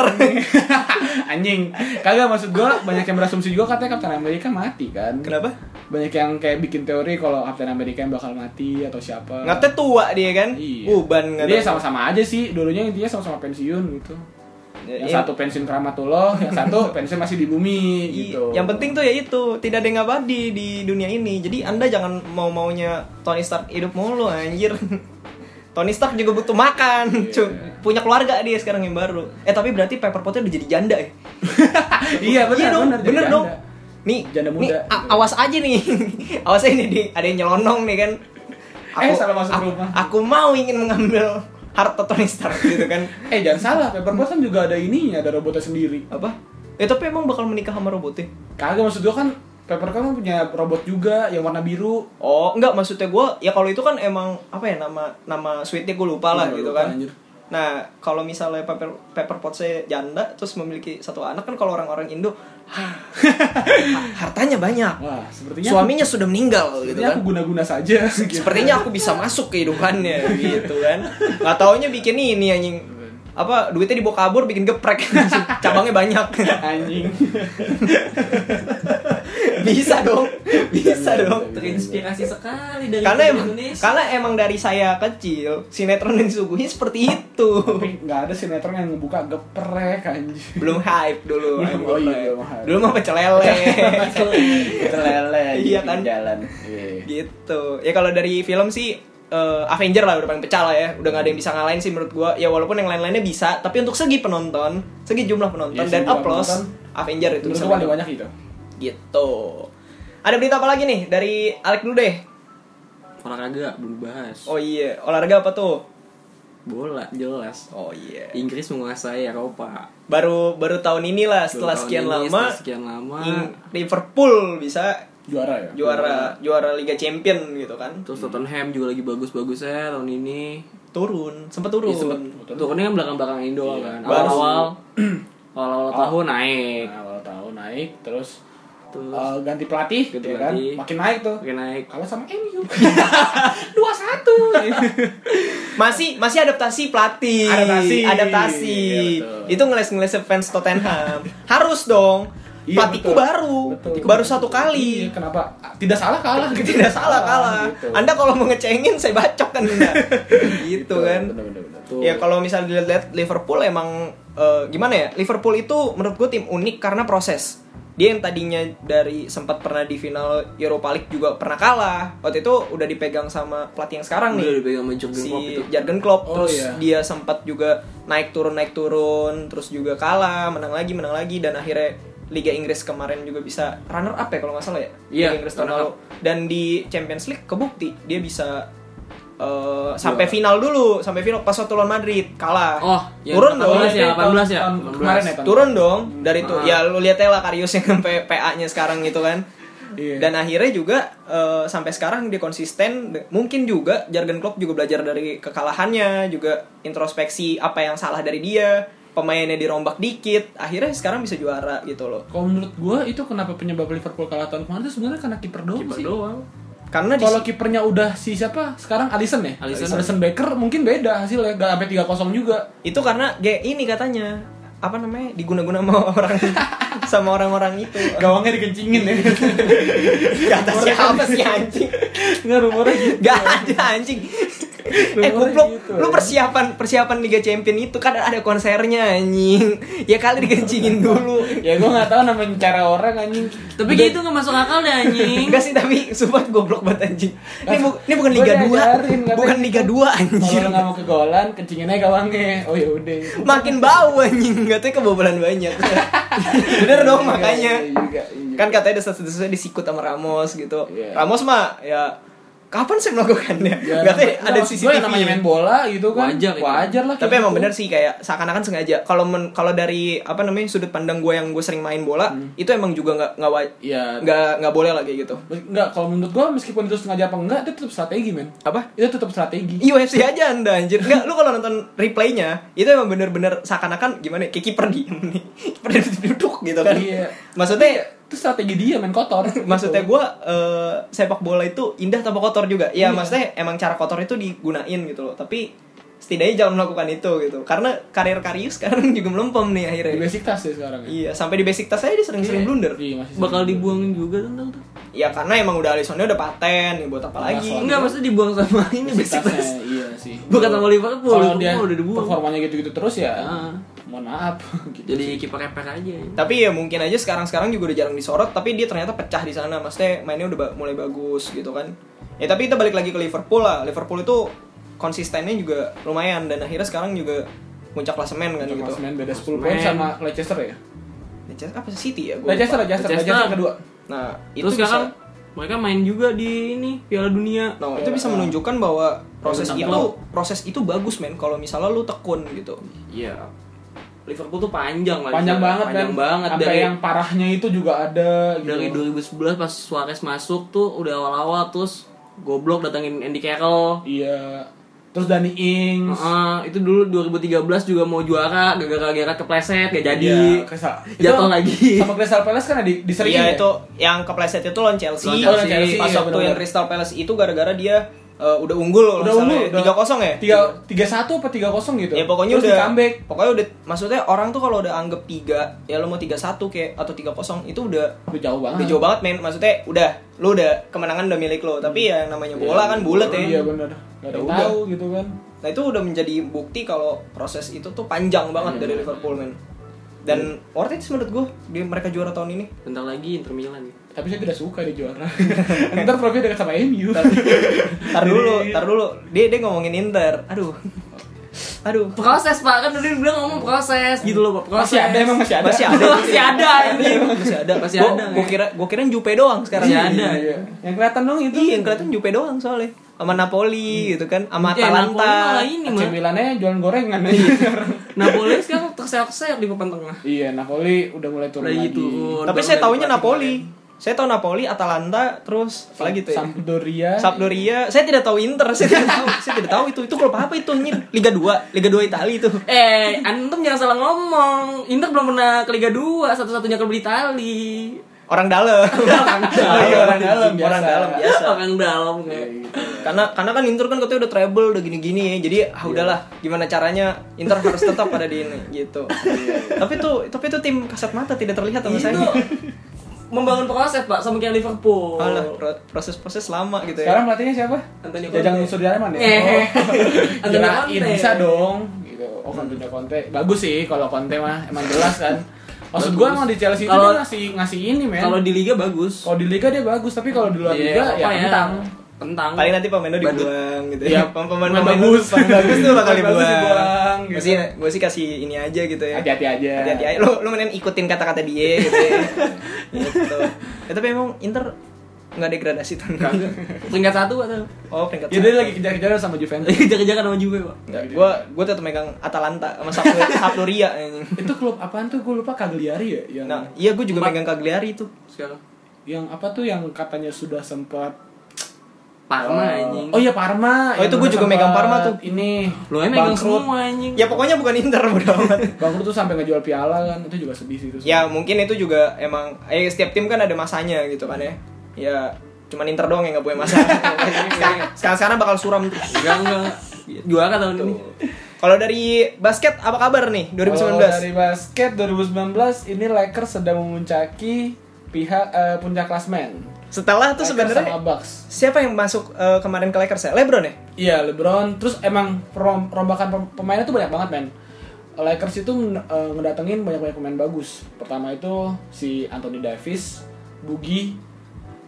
B: [laughs] anjing kagak maksud gua banyak yang berasumsi juga katanya Captain America mati kan
A: kenapa
B: banyak yang kayak bikin teori kalau Captain America yang bakal mati atau siapa
A: Ngatnya tua dia kan
B: Iya.
A: uban nggak
B: Jadi ya
A: tahu.
B: sama-sama aja sih, dulunya intinya sama-sama pensiun gitu.
A: Ya,
B: Yang
A: iya.
B: satu pensiun keramatullah, yang
A: [laughs]
B: satu pensiun masih di bumi
A: Iya,
B: gitu.
A: Yang penting tuh ya itu tidak ada yang abadi di dunia ini. Jadi anda jangan mau maunya Tony Stark hidup mulu anjir. [laughs] Tony Stark juga butuh makan.
B: Iya.
A: Cu- Punya keluarga dia sekarang yang baru. Eh tapi berarti Pepper Potnya udah jadi janda ya?
B: [laughs] iya benar
A: dong,
B: benar jadi
A: bener
B: janda.
A: dong. Nih,
B: Janda muda.
A: nih, a- awas aja nih. [laughs] awas aja nih, di, ada yang nyelonong nih kan.
B: Eh, salah masuk
A: aku,
B: rumah.
A: Aku mau ingin mengambil harta Tony Stark gitu
B: [laughs]
A: kan.
B: Eh jangan salah, Paperboy kan juga ada ininya, ada robotnya sendiri.
A: Apa? Eh tapi emang bakal menikah sama robotnya?
B: Kagak maksud gua kan Pepper kan punya robot juga yang warna biru.
A: Oh, enggak maksudnya gue ya kalau itu kan emang apa ya nama nama sweetnya gue lupa lah
B: Iya,
A: gitu
B: lupa,
A: kan.
B: anjir.
A: Nah, kalau misalnya paper paper pot saya janda terus memiliki satu anak kan kalau orang-orang Indo "Hah, [laughs] hartanya banyak.
B: Wah, sepertinya
A: Suaminya sudah meninggal
B: aku,
A: gitu
B: sepertinya
A: kan.
B: [laughs] aku guna-guna
A: [laughs]
B: saja. gitu.
A: Sepertinya aku bisa masuk
B: [laughs]
A: kehidupannya gitu kan. Nggak taunya bikin ini anjing apa duitnya dibawa kabur bikin geprek [laughs] cabangnya banyak [laughs]
B: Anjing.
A: bisa dong
B: Iya,
A: bisa dong
C: Terinspirasi sekali dari
A: karena
C: film
A: emang kan-
C: Indonesia.
A: karena emang dari saya kecil sinetron yang disuguhi seperti
B: [laughs]
A: itu
B: Tapi nggak ada sinetron yang ngebuka geprek
A: [laughs]
B: anjing.
A: belum hype dulu
B: Belum, oh iya, belum hype.
A: dulu mah pecel
B: [laughs]
A: lele
B: Terlele
A: Iya kan?
B: jalan. Iya.
A: gitu ya kalau dari film sih eh, Avenger lah udah paling pecah lah ya udah gak ada yang bisa ngalahin sih menurut gua ya walaupun yang lain-lainnya bisa tapi untuk segi penonton segi jumlah penonton
B: Iya sih,
A: dan
B: jumlah
A: applause
B: penonton.
A: Avenger itu
B: Menurut
A: bisa
B: gua paling
A: menang.
B: banyak itu.
A: gitu ada berita apa lagi nih dari Alek dulu deh
D: olahraga belum dibahas
A: oh iya olahraga apa tuh
D: bola jelas
A: oh iya
D: Inggris menguasai Eropa
A: baru baru tahun inilah setelah
D: Tahun
A: sekian
D: ini,
A: lama
D: setelah sekian lama
A: Ing- Iya. Liverpool bisa
B: Juara ya.
A: juara juara Liga Champion gitu kan
D: terus Tottenham juga lagi bagus-bagusnya tahun ini
A: turun
B: Iya,
A: sempat turun
D: Ya, sempet- turunnya kan belakang-belakang Indo kan
A: Baru.
D: awal-awal awal-awal tahun naik
B: Nah, awal tahun naik terus
D: terus
B: eh, ganti pelatih
D: Ganti
B: ya kan?
D: pelatih.
B: [laughs] Makin naik tuh.
D: makin naik
B: Kalah sama MU. 2-1.
A: masih masih adaptasi pelatih
B: Adaptasi.
A: adaptasi
B: Iya, betul.
A: itu ngeles ngeles fans Tottenham harus dong
B: Iya,
A: pelatihku
B: betul.
A: baru
B: Betul.
A: baru satu kali
B: Iya, kenapa? Tidak salah kalah. gitu.
A: [laughs] tidak salah kalah
B: gitu.
A: anda kalau mau ngecengin saya bacok kan
B: [laughs]
A: Anda. gitu kan
B: Bener, bener, bener.
A: Ya kalau misalnya dilihat Liverpool emang eh, gimana ya? Liverpool itu menurut gue tim unik karena proses. Dia yang tadinya dari sempat pernah di final Europa League juga pernah kalah. Waktu itu udah dipegang sama pelatih yang sekarang
D: udah
A: nih.
D: dipegang sama Jurgen
A: Si
D: Klopp itu
A: Jurgen Klopp
B: Oh,
A: terus
B: iya.
A: dia sempat juga naik turun naik turun terus juga kalah, menang lagi menang lagi dan akhirnya Liga Inggris kemarin juga bisa runner up ya kalau nggak salah ya.
D: Iya,
A: Liga Inggris tahun
D: runner
A: lalu. Dan di Champions League kebukti dia bisa eh, sampai final dulu, sampai final pas waktu lawan Madrid kalah.
D: Oh, yang
A: turun dong.
D: 18 ya, 18 ya?
B: Tahun Kemarin ya, tahun
A: Turun dong dari itu.
D: Ah.
A: Ya lu lihat lah Karius yang [laughs] sampai PA-nya sekarang gitu kan.
B: Iya.
A: Dan akhirnya juga eh, sampai sekarang dia konsisten. Mungkin juga Jurgen Klopp juga belajar dari kekalahannya, juga introspeksi apa yang salah dari dia. Pemainnya dirombak dikit, akhirnya sekarang bisa juara gitu loh.
B: Kalau menurut gua itu kenapa penyebab Liverpool kalah tahun kemarin itu sebenarnya karena kiper doang
D: Kiper
B: sih.
D: doang
A: Karena di
B: Kalau kipernya udah si siapa? Sekarang Alisson ya?
D: Alisson.
B: Becker mungkin beda hasilnya. Gak sampai 3-0 juga.
A: itu karena G ini katanya apa namanya diguna-guna sama [laughs] orang sama orang-orang itu.
B: Gawangnya dikencingin
A: [laughs]
B: ya.
A: Kata siapa
B: gitu.
A: sih anjing?
B: Enggak rumornya gitu.
A: Gak ada anjing. eh
B: Rumornya
A: goblok,
B: gitu.
A: lu persiapan persiapan Liga Champion itu kan ada konsernya anjing. Ya kali dikencingin dulu.
B: Ya gua gak tahu namanya cara orang anjing.
D: tapi gitu nggak masuk akal deh anjing
A: Enggak sih tapi sumpah goblok banget anjing. Ini, bu- ini bukan
B: Gua
A: Liga
B: diajarin,
A: 2.
B: katanya
A: Bukan Liga 2 anjir.
B: Kalau lu gak mau kegolan, kencingin aja gawangnya. Oh ya udah.
A: Makin bau anjing, katanya kebobolan
B: [laughs]
A: banyak. Bener dong
B: Iya,
A: makanya. Kan katanya desa-desa disikut sama Ramos gitu.
B: Iya.
A: Ramos mah ya kapan saya melakukannya? Katanya ada
B: sisi
A: CCTV.
B: Ya, namanya main bola gitu kan.
D: Wajar iya. itu.
B: Wajar lah.
A: tapi
B: kayak
A: emang
B: gitu.
A: bener sih kayak seakan-akan sengaja kalau men- kalau dari apa namanya sudut pandang gue yang gue sering main bola itu emang juga nggak nggak wa-
B: Hmm. Iya.
A: nggak nggak boleh lah kayak gitu
B: Enggak, kalau menurut gua meskipun itu sengaja apa enggak, itu tetap strategi, men.
A: apa
B: Itu tetap strategi.
A: UFC aja anda anjir nggak lu kalau nonton replaynya itu emang bener-bener seakan-akan gimana ya, kayak kiper diem nih [laughs] kiper duduk gitu kan
B: Iya. [laughs]
A: maksudnya
B: Itu strategi dia men kotor.
A: [laughs] maksudnya gue sepak bola itu indah tanpa kotor juga ya
B: Iya.
A: maksudnya emang cara kotor itu digunain gitu loh tapi setidaknya jangan melakukan itu gitu karena karir Karius sekarang [laughs] juga melempem nih akhirnya
B: di basic tas ya sekarang ya.
A: Iya, sampai di basic test aja dia sering-sering blunder.
B: Iya, masih
D: bakal
B: sering.
D: dibuangin juga tuh ntar tuh
A: Ya karena emang udah Alissonnya udah paten, ya buat apa lagi?
B: Nggak,
D: enggak maksudnya dibuang sama ini
B: Basic
D: basic
B: tasnya,
D: Bass.
B: Iya sih.
D: bukan sama Liverpool
B: Kalau dia
D: Liverpool udah dibuang
B: performanya gitu-gitu terus ya.
D: Ah.
B: Mohon maaf [laughs] gitu.
D: jadi kiper epek aja
A: Tapi ya mungkin aja sekarang-sekarang juga udah jarang disorot, tapi dia ternyata pecah di sana. Maksudnya mainnya udah ba- mulai bagus gitu kan. Ya tapi kita balik lagi ke Liverpool lah. Liverpool itu konsistennya juga lumayan dan akhirnya sekarang juga puncak klasemen kan gitu.
B: Klasemen beda 10 poin
D: Klasemen.
B: sama Leicester ya.
A: Leicester apa City ya? Gua
B: Leicester,
A: lupa.
B: Leicester,
D: Leicester.
B: Leicester kedua.
A: Nah, itu
D: terus
A: bisa,
D: sekarang mereka main juga di ini Piala Dunia
A: Nah,
B: Iya,
A: itu bisa menunjukkan bahwa proses
D: Tentang
A: itu proses itu bagus men kalau misalnya lu tekun gitu.
D: Iya. Liverpool tuh panjang lah.
B: Panjang
D: Liverpool.
B: banget
D: Panjang
B: kan.
D: banget
B: Sampai
D: dari
B: yang parahnya itu juga ada gitu.
D: dari 2011 pas Suarez masuk tuh udah awal-awal terus goblok datangin Andy Carroll.
B: Iya. Terus Dani Ings.
D: Heeh, itu dulu 2013 juga mau juara gara-gara Gerrard kepleset gak jadi.
B: Iya, Crystal-
D: Jatuh
B: itu
D: lagi.
B: Sama Crystal Palace kan di diseringin
A: Iya
B: ya?
A: itu yang kepleset itu lawan Chelsea.
D: Lawan
A: Lawan
D: Chelsea.
A: Chelsea. Pas
B: Iya,
A: waktu
B: benar-benar.
A: yang Crystal Palace itu gara-gara dia eh, udah unggul loh
B: udah unggul udah-
A: tiga kosong ya.
B: tiga tiga satu apa tiga kosong gitu
A: Ya pokoknya udah
B: Terus di comeback
A: Pokoknya udah maksudnya orang tuh kalau udah anggap tiga ya lo mau tiga satu kayak atau tiga kosong itu udah
B: udah jauh banget
A: udah jauh banget men maksudnya udah lo udah kemenangan udah milik lo tapi ya yang namanya bola kan bulat ya.
B: iya benar nggak ada
A: Ya
B: yang
A: udah.
B: tahu gitu kan
A: Nah itu udah menjadi bukti kalau proses itu tuh panjang banget dari Liverpool men. Dan worth it sih menurut gue di mereka juara tahun ini.
D: Bentar lagi Inter Milan.
B: tapi saya tidak suka dia juara [laughs] ntar trofi dekat sama Iya. MU [laughs]
A: Tar dulu, tar dulu. Dia dia ngomongin Inter. Aduh. Aduh.
D: Proses Pak kan tadi bilang ngomong proses gitu loh Pak. Proses.
B: masih ada emang masih ada
A: Masih ada.
D: Masih ada ini.
A: Masih ada.
D: Masih
A: Gua-
D: ada,
A: Gua
D: ya.
A: kira gua kira Jupe doang sekarang.
D: Masih ada.
B: Iya. yang kelihatan dong itu
A: Iya, yang kelihatan Jupe doang soalnya. Sama Napoli gitu kan,
C: Eh,
A: sama
D: Ya, Napoli malah
A: Atalanta.
D: ini
B: AC
D: mah.
B: Milannya jualan gorengan
C: Iya.
B: aja
D: Napoli sekarang terseok-seok di papan tengah.
B: [laughs] iya Napoli udah mulai turun
D: Udah
B: lagi
D: gitu.
A: Tapi saya taunya Napoli. Saya tahu Napoli, Atalanta, terus apa lagi tuh ya?
B: Sampdoria
A: Sampdoria. Saya tidak tahu Inter, saya tidak tahu. Saya tidak tahu itu. Itu klub apa itu anjir? Liga 2, Liga 2 Italia itu.
D: Eh, antum jangan salah ngomong. Inter belum pernah ke Liga 2, satu-satunya klub di Itali.
A: orang dalam.
E: orang
A: Oh iya, orang dalam,
E: biasa.
A: orang dalam biasa.
C: orang dalam
B: Iya,
C: kayak
A: Karena karena kan Inter kan katanya udah treble udah gini-gini ya. Jadi ah udahlah gimana caranya Inter harus tetap pada di ini gitu. tapi tuh tapi tuh tim kasat mata tidak terlihat sama saya.
C: itu membangun proses pak sama kayak Liverpool
A: Alah, pro- proses-proses lama gitu ya.
B: Oh. Sekarang pelatihnya siapa?
C: Antonio
B: Jajang
C: Conte.
B: Nusur Darman ya?
C: Eh.
B: Oh,
C: [laughs] Antonio
B: kirain
C: Conte.
B: bisa dong gitu. Oh, Antonio Conte. Bagus sih kalau Conte mah emang jelas kan. Maksud gua emang di Chelsea itu
C: Kalau-
B: dia ngasih ngasih ini men.
C: kalau di liga bagus
B: Kalau di liga dia bagus, tapi kalau di luar
C: Iya,
B: liga ya
C: apa ya?
B: kentang.
C: kentang
A: Paling nanti pemainnya
C: Badut.
A: dibuang gitu
B: Iya,
A: ya. Pem- Pemain
B: pemain
A: pemain
B: bagus.
A: bagus, pemain bagus tuh bakal
B: Pemain bagus dibuang,
A: dibuang.
B: gitu.
A: Masih gue sih kasih ini aja gitu
C: Iya.
A: ya.
B: Hati-hati aja.
A: hati-hati aja lu lu mending ikutin kata-kata dia gitu
B: [laughs]
A: ya. gitu. Ya, tapi emang Inter nggak degradasi tuh
C: peringkat satu atau
A: oh peringkat
B: Ya dia
A: satu.
B: lagi kejar-kejaran sama Juventus.
C: [laughs] jaga-jaga sama Juve pak
A: Nggak, gua gua tetap megang Atalanta sama Sampdoria Sampdoria ini.
B: itu klub apaan tuh? Gue lupa Cagliari ya yang
A: nah iya gua juga
C: Empat.
A: megang Cagliari tuh
C: sekarang
B: yang apa tuh yang katanya sudah sempat
C: Parma
B: eh,
C: anjing
B: Oh iya Parma.
A: Oh,
B: Yang
A: itu gua
B: udah
A: juga megang
B: sempat
A: Parma tuh.
B: Ini
C: lo emang
B: bangkrut.
C: semua anjing
A: ya pokoknya bukan Inter mudah amat
B: Bangkrut tuh sampai ngejual piala kan. Itu juga sedih sih itu.
A: ya mungkin itu juga emang eh, setiap tim kan ada masanya gitu kan ya ya cuman Inter doang yang nggak punya
B: [laughs]
A: masa sekarang sekarang bakal suram terus
C: enggak enggak juara tahun ini
A: kalau dari basket apa kabar nih 2019
B: Kalau dari basket 2019 ini Lakers sedang memuncaki pihak eh, puncak klasmen.
A: setelah tuh
B: Lakers
A: sebenarnya
B: sama Bucks.
A: Siapa yang masuk eh, kemarin ke Lakers ya? Lebron ya?
B: Iya, LeBron. Terus emang perom- rombakan pem- pemainnya tuh banyak banget, men. Lakers itu men- eh, ngedatengin banyak-banyak pemain bagus. Pertama itu si Anthony Davis, Boogie,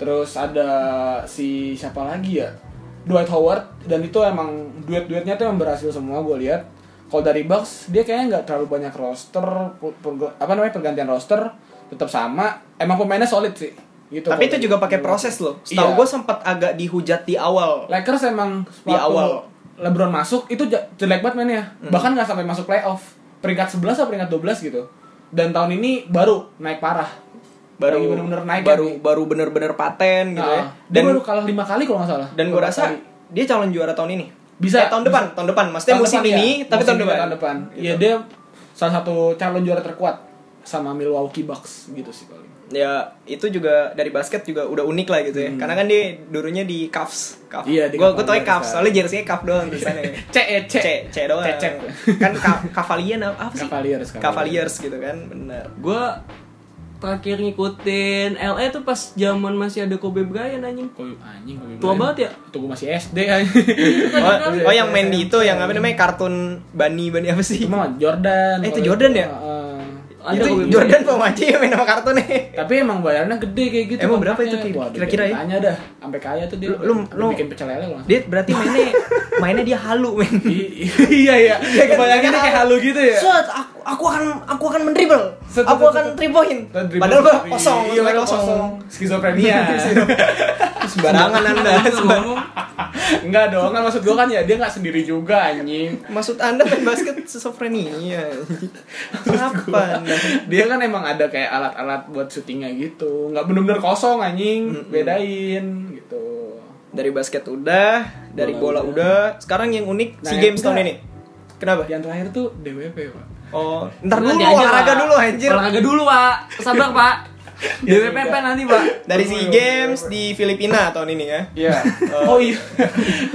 B: terus ada si siapa lagi ya? Dwight Howard dan itu emang duet-duetnya tuh emang berhasil semua gue lihat. Kalau dari Bucks dia kayaknya nggak terlalu banyak roster per- per- apa namanya pergantian roster tetap sama. Emang pemainnya solid sih. Gitu.
A: Tapi
B: kalau
A: itu
B: dari-
A: juga pakai proses loh. Setahu
B: Iya.
A: gue sempat agak dihujat di awal.
B: Lakers emang
A: Di
B: waktu
A: awal. Hmm.
B: LeBron masuk itu ja- jelek banget mainnya. Bahkan nggak sampai masuk playoff. Peringkat 11 atau peringkat 12 gitu. Dan tahun ini baru naik parah.
A: Baru
B: Lagi bener-bener naik
A: baru
B: kan nih.
A: baru bener-bener paten gitu ya.
B: Nah,
A: Dan
B: dia baru kalah 5 kali kalau nggak salah.
A: dan gue
B: Lima
A: rasa
B: kali.
A: dia calon juara tahun ini.
B: Bisa.
A: Eh, tahun depan, tahun depan. Maksudnya
B: Tahun
A: musim
B: depan,
A: ini,
B: ya.
A: tapi
B: Musim
A: tahun
B: ini,
A: depan.
B: Tahun depan.
A: Gitu.
B: Iya, dia salah satu calon juara terkuat sama Milwaukee Bucks gitu sih
A: [laughs]
B: paling.
A: Ya, itu juga dari basket juga udah unik lah gitu ya. Karena kan dia dulunya di Cavs. Cavs.
B: Hmm. Iya, di
A: gue gue
B: Cavs.
A: tau Cavs. Soalnya jersey Cavs doang di sana.
B: [laughs]
A: ya.
B: C E
A: C, C doang.
B: C, C.
A: Kan Ka- Cavalier apa apa sih?
B: Cavaliers, Cavaliers.
A: Cavaliers gitu kan, benar.
C: gue terakhir ngikutin LA tuh pas zaman masih ada Kobe Bryant anjing
B: Kobe- anjing Kobe Bryant.
C: tua banget ya
B: Itu gua masih SD
C: [laughs]
B: anjing.
A: Oh, oh, yang main di itu yang apa namanya kartun Bani Bani apa sih?
B: Cuma Jordan.
A: Eh, itu
B: kalau- Ah,
A: Jordan ya?
B: Heeh.
C: Ada
A: itu
C: Kobe
A: Jordan pemaji yang main sama kartun ya. nih.
B: Tapi emang bayarnya gede kayak gitu.
A: Emang berapa itu, Ki? Kira-kira
B: Kira-kira
A: ya?
B: Tanya dah, sampai kaya tuh dia.
A: Lu- lu-
B: Udah
A: lu-
B: bikin pecel lele loh.
A: Dia berarti mainnya mainnya dia halu men. [laughs]
B: iya iya. Kebayangin dia kayak halu gitu ya.
A: kan? Set, aku, aku akan aku akan mendribel.
B: Set,
A: aku
B: set, set,
A: akan
B: set.
A: three point.
B: Dan dribble
A: Padahal mah
B: sendiri.
A: kosong,
B: Iya,
A: cuma
B: padahal
A: kosong. Iya.
B: kosong. Skizofrenia.
A: Sembarangan Anda. sembar-
B: [laughs] Enggak dong, kan maksud gua kan ya dia nggak sendiri juga anjing.
A: Maksud Anda main basket schizophrenia. Apa Anda?
B: Dia kan emang ada kayak alat-alat buat syutingnya gitu. Nggak bener-bener kosong anjing, bedain gitu.
A: Dari basket udah, dari bola, udah. Sekarang yang unik
B: Nah,
A: si
B: yang
A: games
B: udah.
A: tahun ini. Kenapa?
B: Yang terakhir tuh DWP, Pak.
A: Oh, ntar dulu
C: Nanti aja,
A: olahraga
C: Pak.
A: dulu anjir.
C: olahraga dulu pak sabar
B: [laughs]
C: pak
B: Iya
C: DWPP nanti pak
A: Dari si games di Filipina tahun ini ya.
B: Iya. [laughs] oh iya.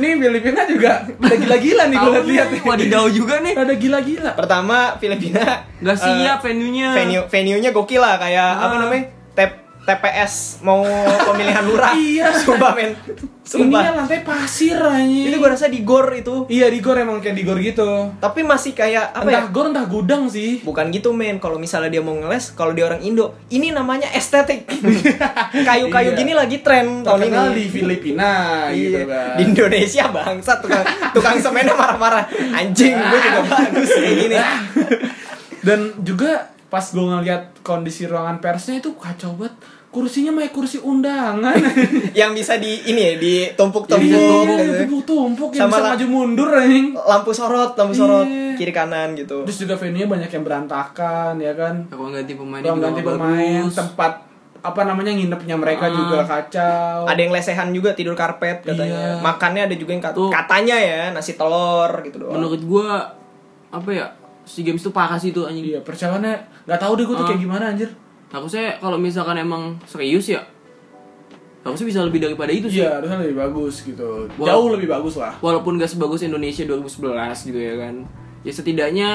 B: Nih Filipina juga ada gila-gila nih gue lihat nih.
C: Wadidau juga nih
B: Ada gila-gila.
A: Pertama Filipina
C: Gak
A: eh,
C: siap venue-nya
A: venue venue-nya gokil lah kayak apa namanya? Tep- TPS mau pemilihan lurah.
B: Iya.
A: Sumpah men.
B: Ininya
A: Sumpah.
B: ya, lantai pasir anjing.
A: Itu gue rasa di gor itu.
B: Iya di gor emang kayak di gor gitu.
A: Tapi masih kayak apa ya?
B: entah gor entah gudang sih.
A: Bukan gitu men, kalau misalnya dia mau ngeles, kalau dia orang Indo, ini namanya estetik. [laughs] Kayu-kayu
B: Iya.
A: gini lagi tren tahun
B: Terkenal di
A: ini.
B: Filipina gitu
A: [laughs] Iya.
B: kan.
A: Di Indonesia bangsa tukang tukang semennya marah-marah. Anjing, gue juga bagus kayak gini.
B: Dan juga pas gue ngeliat kondisi ruangan persnya itu kacau banget. Kursinya kayak kursi undangan.
A: [laughs] Yang bisa di ini ya,
B: Iya,
A: ditumpuk-tumpuk gitu.
B: tumpuk-tumpuk yang
A: Sama
B: bisa
A: la-
B: maju mundur anjing.
A: Lampu sorot, lampu sorot
B: Iya.
A: kiri kanan gitu.
B: Terus juga venue banyak yang berantakan ya kan.
C: Ruang ganti pemain
B: Ruang ganti pemain,
C: bagus.
B: tempat apa namanya nginepnya mereka juga kacau.
A: Ada yang lesehan juga tidur karpet katanya.
B: Iya.
A: Makannya ada juga yang kat-
C: Tuh.
A: katanya ya nasi telur gitu doang.
C: Menurut gua apa ya si games tuh parah sih itu anjing
B: Iya, percayaannya Iya, nggak tahu deh gue tuh
C: Ah.
B: kayak gimana anjir.
C: Harusnya kalau misalkan emang serius ya, harusnya bisa lebih daripada itu sih.
B: Iya, harusnya lebih bagus gitu.
C: Wow.
B: Jauh lebih bagus lah.
C: Walaupun gak sebagus Indonesia 2011 gitu ya kan. Ya setidaknya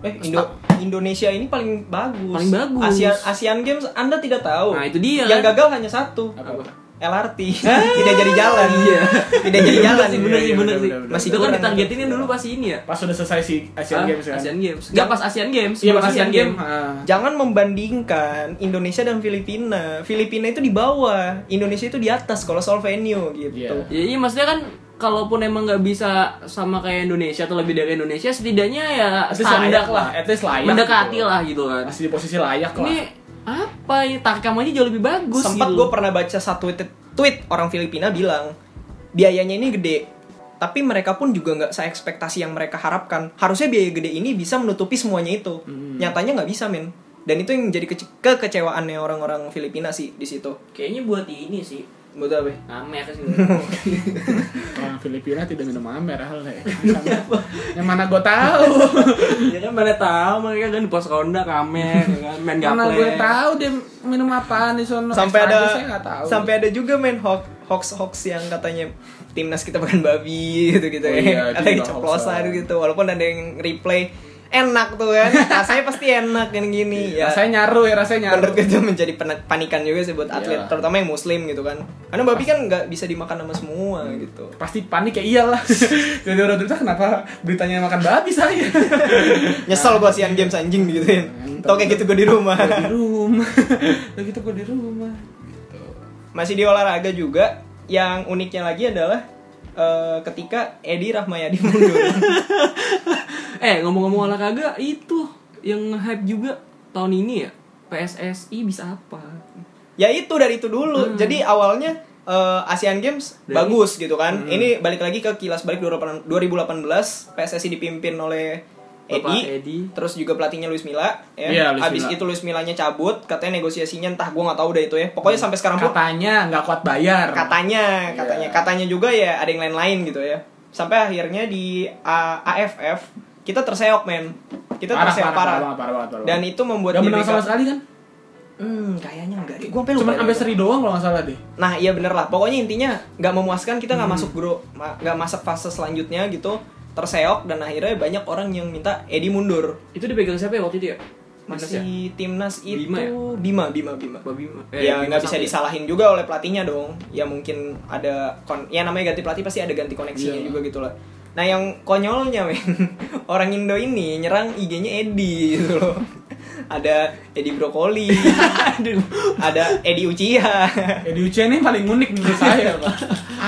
A: Eh, Indo- Indonesia ini paling bagus.
C: Paling bagus.
A: Asian Asian Games Anda tidak tahu.
C: Nah, itu dia,
A: Yang
C: kan?
A: gagal hanya satu.
B: Apa?
A: LRT. [laughs] tidak jadi jalan. Iya. tidak jadi jalan.
C: sih [laughs] bener
B: Iya,
C: sih
B: iya,
C: bener
B: bener,
C: sih.
B: bener, bener.
C: Masih itu kan
A: Kurang.
C: ditargetinnya dulu pasti ini ya.
B: Pas udah selesai si Asian
C: Ah,
B: Games kan.
C: Asian Games. Nggak pas Asian Games,
B: Iya,
C: sebelum
B: pas Asian Games.
A: Jangan membandingkan Indonesia dan Filipina. Filipina itu di bawah, Indonesia itu di atas kalau soal venue gitu.
B: Iya.
C: Ya, iya maksudnya kan kalaupun emang nggak bisa sama kayak Indonesia atau lebih dari Indonesia setidaknya ya
B: At least layak
C: standar lah.
B: lah, at least layak.
C: Mendekati
B: gitu.
C: lah gitu kan.
B: Masih di posisi layak lah.
C: Ini apa ya Tarkam aja jauh lebih bagus
A: Sempat
C: gitu.
A: gue pernah baca satu tweet, tweet orang Filipina bilang biayanya ini gede, tapi mereka pun juga nggak seekspektasi yang mereka harapkan. Harusnya biaya gede ini bisa menutupi semuanya itu. Nyatanya nggak bisa men. Dan itu yang menjadi kece- kekecewaannya orang-orang Filipina sih di situ.
C: Kayaknya buat ini sih ya,
A: Buat apa?
C: Amer sih.
B: Orang Filipina tidak minum amer hal ya. Yang mana gue tahu?
C: ya kan mana tahu mereka kan di pos ronda kamer ya kan main
B: Mana
C: gaple.
B: gue tahu dia minum apaan di sono.
A: sampai
B: Extra
A: ada
B: juice-nya nggak tahu.
A: sampai ada juga main hoax hoax hoax yang katanya timnas kita bukan babi gitu gitu
B: Oh
A: ya.
B: iya,
A: [laughs] ada
B: itu
A: yang
B: juga
A: ceplosan
B: hoaxan.
A: gitu walaupun ada yang replay enak tuh [laughs] kan rasanya pasti enak kan gini ya
B: Rasanya nyaru ya, rasanya nyaru.
A: menurut gue itu menjadi pen- panikan juga sih buat atlet
B: Iyalah.
A: terutama yang muslim gitu kan karena babi kan nggak bisa dimakan sama semua gitu
B: Pasti panik ya
A: [laughs]
B: iyalah. Jadi orang berita kenapa beritanya makan babi saya?
A: [laughs] nyesel gua sian games anjing gitu ya tau kayak gitu gue di rumah
B: Gua di rumah. [laughs] Udah gitu gue di rumah. Gitu.
A: [laughs] masih di olahraga juga yang uniknya lagi adalah eh, ketika Edi Rahmayadi [laughs] mundur
C: Eh ngomong-ngomong olahraga itu yang hype juga tahun ini ya PSSI bisa apa?
A: ya itu dari itu dulu jadi awalnya eh, Asian Games
C: Dari-
A: bagus gitu kan ini balik lagi ke kilas balik 2018 PSSI dipimpin oleh
C: Bapak
A: Edi,
C: Edi.
A: terus juga pelatihnya Luis Mila ya
B: Iya, Luis
A: abis
B: Milla.
A: itu Luis Milanya cabut katanya negosiasinya entah gua nggak tahu deh itu ya pokoknya sampai sekarang pun
B: Katanya nggak kuat bayar.
A: katanya katanya
B: Iya.
A: katanya juga ya ada yang lain-lain gitu ya sampai akhirnya di A- AFF kita terseok men kita
B: parah,
A: terseok
B: parah, parah,
A: parah,
B: banget, parah, banget, parah
A: dan
B: banget.
A: itu membuat
B: Nggak
A: diri
B: menang sama
A: kami-
B: sekali kan?
A: hmm kayaknya enggak deh gua sampai lupa
B: Cuman
A: deh.
B: sampai seri doang kalau nggak salah deh.
A: Nah iya bener lah, pokoknya intinya nggak memuaskan kita nggak
B: Hmm.
A: masuk grup, ma- nggak masuk fase selanjutnya gitu, terseok dan akhirnya banyak orang yang minta Edi mundur.
C: Itu dipegang siapa ya waktu itu ya? Timnas ya?
A: Masih timnas itu
C: Bima ya?
A: Bima, Bima, Bima.
C: Babi eh,
A: ya
C: Bima
A: nggak bisa
C: Sakti.
A: disalahin juga oleh pelatihnya dong. Ya mungkin ada kon, ya namanya ganti pelatih pasti ada ganti koneksinya
B: Iya.
A: juga gitu lah. Nah yang konyolnya [laughs] men, orang Indo ini nyerang IG-nya Edi gitu loh. ada Edi [laughs] Brokoli, ada Edi [laughs] Uchiha.
B: Edi Uce ini paling unik menurut saya, Pak.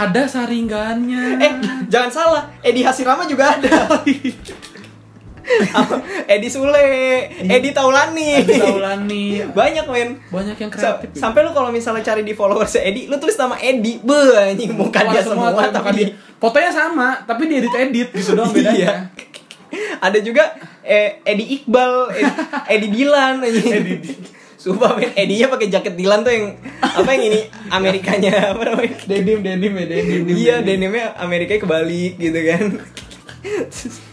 B: Ada saringannya.
A: Eh, jangan salah. Edi Hasirama juga [laughs] ada. Edi Sule, Edi Taulani.
B: Adi Saulani.
A: [laughs] Banyak men.
B: Banyak yang
A: Sa-
B: kreatif.
A: sampai lu kalau misalnya cari di followers Edi, lu tulis nama Edi, be anjing muka
B: Keluar
A: dia semua,
B: tuh,
A: tapi
B: bukan dia. Fotonya sama, tapi di edit edit gitu doang bedanya.
A: Iya. ada juga eh, Edi Iqbal,
B: [laughs]
A: Edi, Edi Dilan anjing.
B: Edi Di-
A: Sumpah men, Edinya pakai jaket Dilan tuh yang apa yang ini
B: Iya.
A: Amerikanya apa namanya?
B: Denim, denim ya, denim.
A: Iya, denimnya Amerikanya kebalik gitu
B: [laughs]
A: kan.